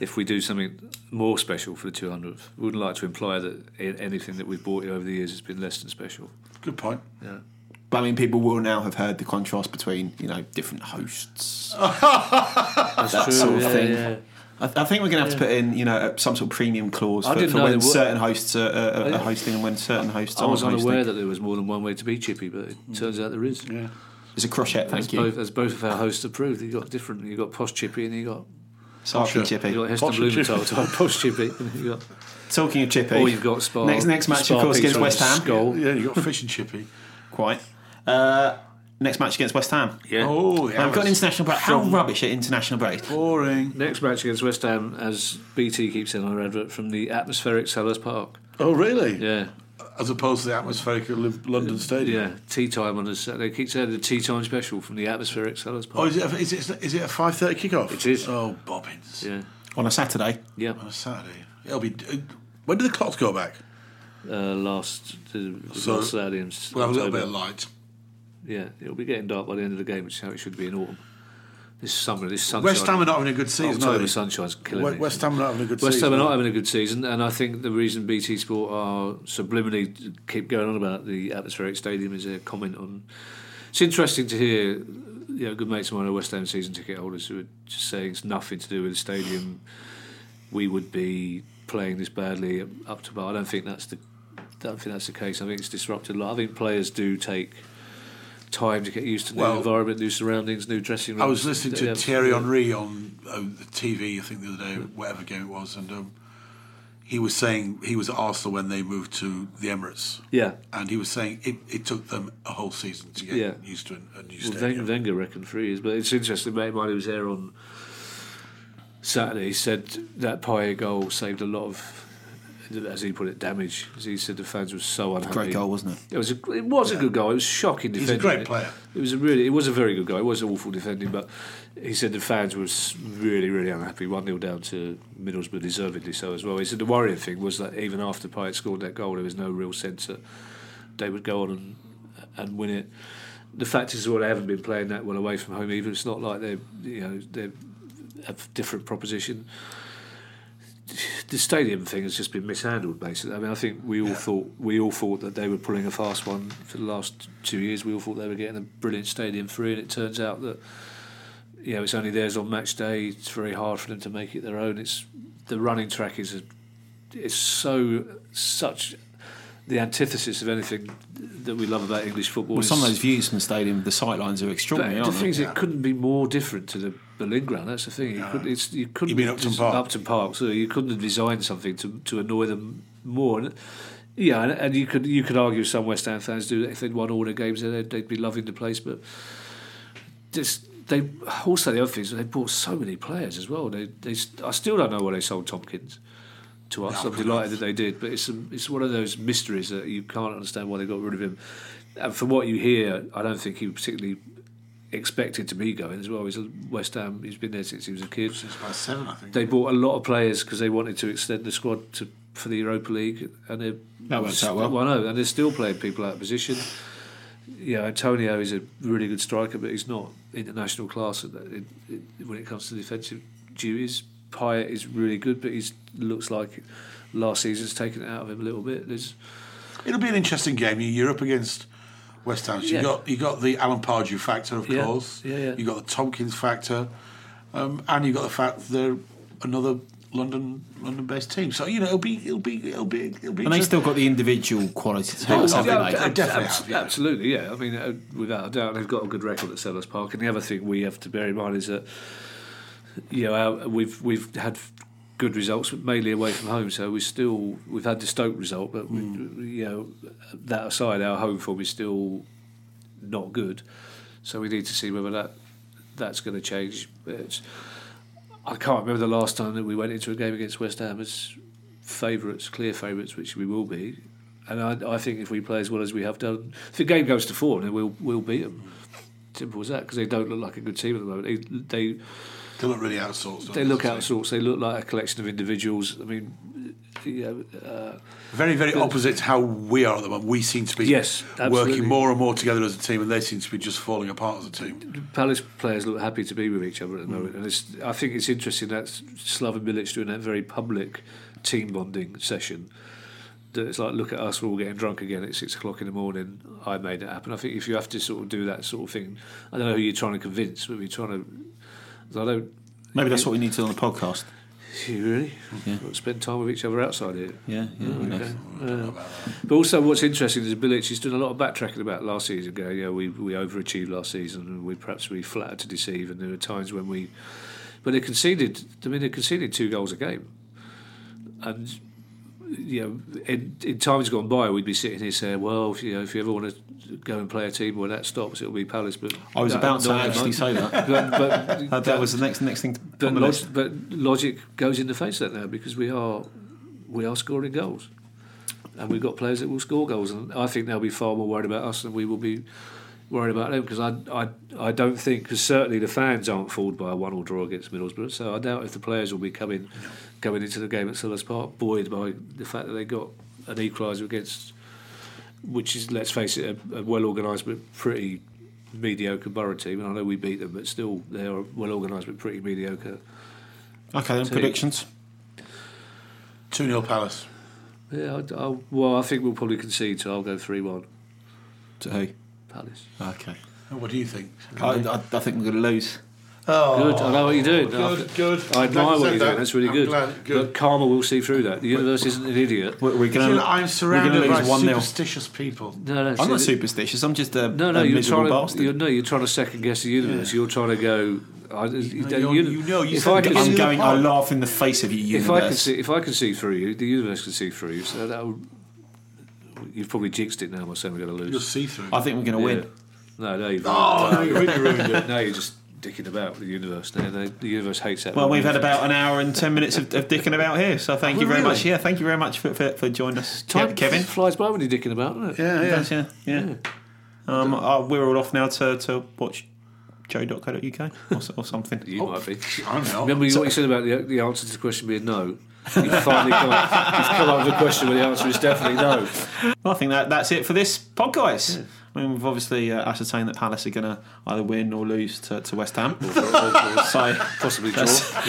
if we do something more special for the 200th, we wouldn't like to imply that i- anything that we've bought you over the years has been less than special.
Good point.
But I mean, people will now have heard the contrast between you know different hosts. that sort of thing. I, th- I think we're going to have to put in, you know, some sort of premium clause
I
for,
didn't
for
know
when
there were-
certain hosts are, are, are
didn't-
hosting and when certain hosts
I
aren't
was
hosting.
unaware that there was more than one way to be chippy, but it turns out there is. Yeah.
It's a crochet,
As
thank you.
both, as both of our hosts approved, you got different. You got post chippy, and you got
Sarky
Sure.
Chippy.
you got Heston
Posh and
Blumenthal type post chippy. and You got,
Talking of Chippy,
or "Oh, you've got Spa.
next next match,
Spa
of course, against
Peter
West Ham.
Skull.
Yeah, you got fish and chippy.
Quite. Uh, next match against West Ham.
Oh, yeah.
I've got an international break. How rubbish at international break.
boring.
Next match against West Ham, as BT keeps in on our advert from the atmospheric Sellers Park.
Oh, really?
Yeah,
As opposed to the atmospheric of Lib- London Stadium.
yeah. Tea time on a Saturday. Keep saying the tea time special from the atmospheric Sellers
Oh,
Park.
is it, is it, is it a 5.30 kickoff?
It is.
Oh, bobbins.
yeah,
On a Saturday.
yeah.
On a Saturday. It'll be... uh, When do the clocks go back?
Uh, last uh,
So,
last Saturday. in
We'll have a little bit of
October.
light.
Yeah, it'll be getting dark by the end of the game, which is how it should be in autumn. This summer, this sunshine.
West Ham are not having a good season, are
October
they?
sunshine's killing
We-
me.
West Ham are not having a good
West
season.
Ham are not having a good season, and I think the reason BT Sport are subliminally keep going on about the atmospheric stadium is a comment on. It's interesting to hear, you know, good mates of mine are West Ham season ticket holders who are just saying it's nothing to do with the stadium. We would be playing this badly up to bar. I don't think that's the. Don't think that's the case. I think it's disrupted a lot. I think players do take time to get used to new
Well-
environment, new surroundings, new dressing rooms.
I was listening to
Yeah.
Thierry Henry on um, the TV, I think the other day, whatever game it was, and um, he was saying he was at Arsenal when they moved to the Emirates,
Yeah,
and he was saying it, it took them a whole season to get
Yeah.
used to a, a new
Well,
stadium.
Wen- Wenger reckoned three years, but it's interesting. Mate of mine who was here on Saturday he said that Pie goal saved a lot of, as he put it, damage. As he said, the fans were so unhappy.
Great goal, wasn't it?
It was a, it was a good goal. It was shocking
a
defending.
great
It-
player.
It was a really, it was a very good goal. It was awful defending, but he said the fans were s- really, really unhappy. One 0 down to Middlesbrough, deservedly so as well. He said the worrying thing was that even after Pyatt scored that goal, there was no real sense that they would go on and and win it. The fact is, well, they haven't been playing that well away from home either. It's not like they're you know they're a different proposition the stadium thing has just been mishandled. Basically, I mean, I think we all thought we all thought that they were pulling a fast one for the last two years. We all thought they were getting a brilliant stadium free, and it turns out that you know it's only theirs on match day. It's very hard for them to make it their own. It's the running track is a, it's so such the antithesis of anything that we love about English football.
Well, some of
It's-
those views from the stadium, the sight lines are
but
extraordinary,
the
aren't
thing
they?
is, it couldn't be more different to the Berlin ground. That's the thing. You couldn't. It's, you couldn't.
You mean Upton Park?
Upton Park. So you couldn't have designed something to to annoy them more. And, yeah, and, and you could you could argue some West Ham fans do that if they'd won all their games, there, they'd, they'd be loving the place. But just they also the other thing is they bought so many players as well. They they I still don't know why they sold Tompkins to us. I'm delighted that they did, but it's it's one of those mysteries that you can't understand why they got rid of him. And from what you hear, I don't think he particularly expected to be going as well. He's a West Ham. He's been there since he was a kid.
It's about seven, I think.
They bought a lot of players because they wanted to extend the squad to for the Europa League, and they're
That works out well.
no, and they're still playing people out of position. Yeah, Antonio is a really good striker, but he's not international class at that, it, it, when it comes to defensive duties. Pyatt is really good, but he's looks like last season's taken it out of him a little bit. There's
It'll be an interesting game. You're up against West Ham. So
Yeah.
you got you got the Alan Pardew factor, of
Yeah,
course.
yeah, yeah.
You got the Tompkins factor, um, and you got the fact that they're another London London based team. So you know it'll be it'll be it'll be it'll be.
And they
inter-
still got the individual quality to
Oh,
take us
yeah,
up, haven't
ab-
they?
ab-
definitely
abs-
have, yeah.
Absolutely, yeah. I mean, uh, without a doubt, they've got a good record at Sellers Park. And the other thing we have to bear in mind is that you know our, we've we've had good results mainly away from home. So we still we've had the Stoke result, but we, you know that aside, our home form is still not good. So we need to see whether that that's going to change. It's, I can't remember the last time that we went into a game against West Ham as favourites, clear favourites, which we will be. And I, I think if we play as well as we have done, if the game goes to four, then we'll we'll beat them. Simple as that, because they don't look like a good team at the moment. They they,
they look really out of sorts. don't
they look
So
out of sorts. They look like a collection of individuals. I mean, you know, uh,
Very very opposite to how we are at the moment. We seem to be
Yes, absolutely.
working more and more together as a team, and they seem to be just falling apart as a team.
Palace players look happy to be with each other at the moment, and it's, I think it's interesting that Slaven Bilic doing that very public team bonding session. That it's like, look at us, we're all getting drunk again at six o'clock in the morning. I made it happen. I think if you have to sort of do that sort of thing, I don't know who you're trying to convince, but we're trying to. I don't.
Maybe that's what we need to do on the podcast.
You really? Got to spend time with each other outside here.
Yeah, yeah.
Okay. Yeah. But also, what's interesting is Bilic has done a lot of backtracking about last season. Go, yeah, we we overachieved last season, and we perhaps we flattered to deceive. And there were times when we, but they conceded. I mean, they conceded two goals a game, and you know, in, in times gone by, we'd be sitting here saying, well, if, you know, if you ever want to go and play a team where that stops, it'll be Palace. But
I was
that-
about to
not at the
actually
moment.
say that.
But, but
Uh, That, was the next next thing to put
but,
on the
log-
list.
but logic goes in the face of that now because we are we are scoring goals, and we've got players that will score goals, and I think they'll be far more worried about us than we will be worried about them because I, I I don't think because certainly the fans aren't fooled by a one-all draw against Middlesbrough, so I doubt if the players will be coming coming into the game at Sellers Park buoyed by the fact that they got an equaliser against. Which is, let's face it, a, a well organised but pretty mediocre Borough team, and I know we beat them, but still they are well organised but pretty mediocre.
Okay, then
Two.
predictions.
Two 0 Palace.
Yeah, I, I, well, I think we'll probably concede, so I'll go three-one
To who?
Palace.
Okay.
What do you think?
I, I, I think we're going to lose.
Oh,
Good. I know what you're doing.
good, good.
I
Glad
admire
you
what
said
you're
that.
doing. That's really
I'm
good.
glad- good.
But karma will see through that. The universe isn't an idiot.
We're, we're
Do
going
you
to.
know, I'm
we're
surrounded
gonna
by
lose one 0
superstitious people.
No, no.
I'm
so
not
the-
superstitious. I'm just a
No, no.
a
You're trying
miserable
to.
bastard.
You're, no, you're trying to second guess the universe. You're trying to go. I, you,
No,
don't-
you're-
you-
you know, you
if
said
I
get
can,
in
I'm
the
going. I
park.
laugh in the face of you,
if I
universe.
can see, if I can see through you, the universe can see through you. So that will, you've probably jinxed it now by saying we're going to
You'll
lose.
see through.
I think we're going to win.
Yeah. No, no, you've.
Oh no, you really ruined it.
Now you're just dicking about with the universe. Now the, the universe hates that.
Well, we've had about an hour and ten minutes of, of dicking about here, so thank you very
really?
much. Yeah, thank you very much for, for, for joining us,
time.
Kev- Kevin.
flies by when you're dicking about, doesn't it?
Yeah,
It
yeah.
does, yeah, yeah. Um, uh, we're all off now to, to watch joe.co.uk or, s- or something.
You might be.
I'm
Oh.
not.
Remember what you said about the, the answer to the question being no. You finally come up, you've come up with a question where the answer is definitely no.
Well, I think that that's it for this podcast. I mean, we've obviously uh, ascertained that Palace are going to either win or lose to, to West Ham, so
Possibly draw.
That's-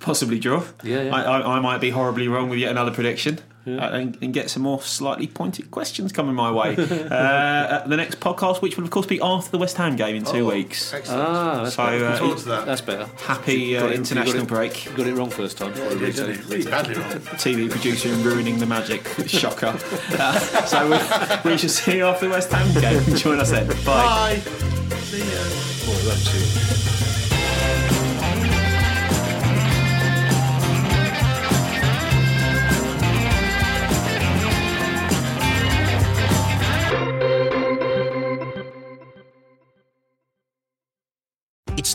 Yeah.
possibly draw.
Yeah, yeah.
I, I, I might be horribly wrong with yet another prediction, uh, and, and get some more slightly pointed questions coming my way. uh, at the next podcast, which will of course be after the West Ham game in
Oh.
two weeks.
Excellent.
Ah, that's,
So uh,
Talk to that.
that's better.
happy
Got
uh,
it-
international
you got
break.
You got it wrong first time.
Yeah, really badly wrong.
TV producer and ruining the magic. Shocker. Uh, so we, we shall see you after the West Ham game. Join us then. Bye.
Bye. See ya.
It's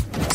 for everyone.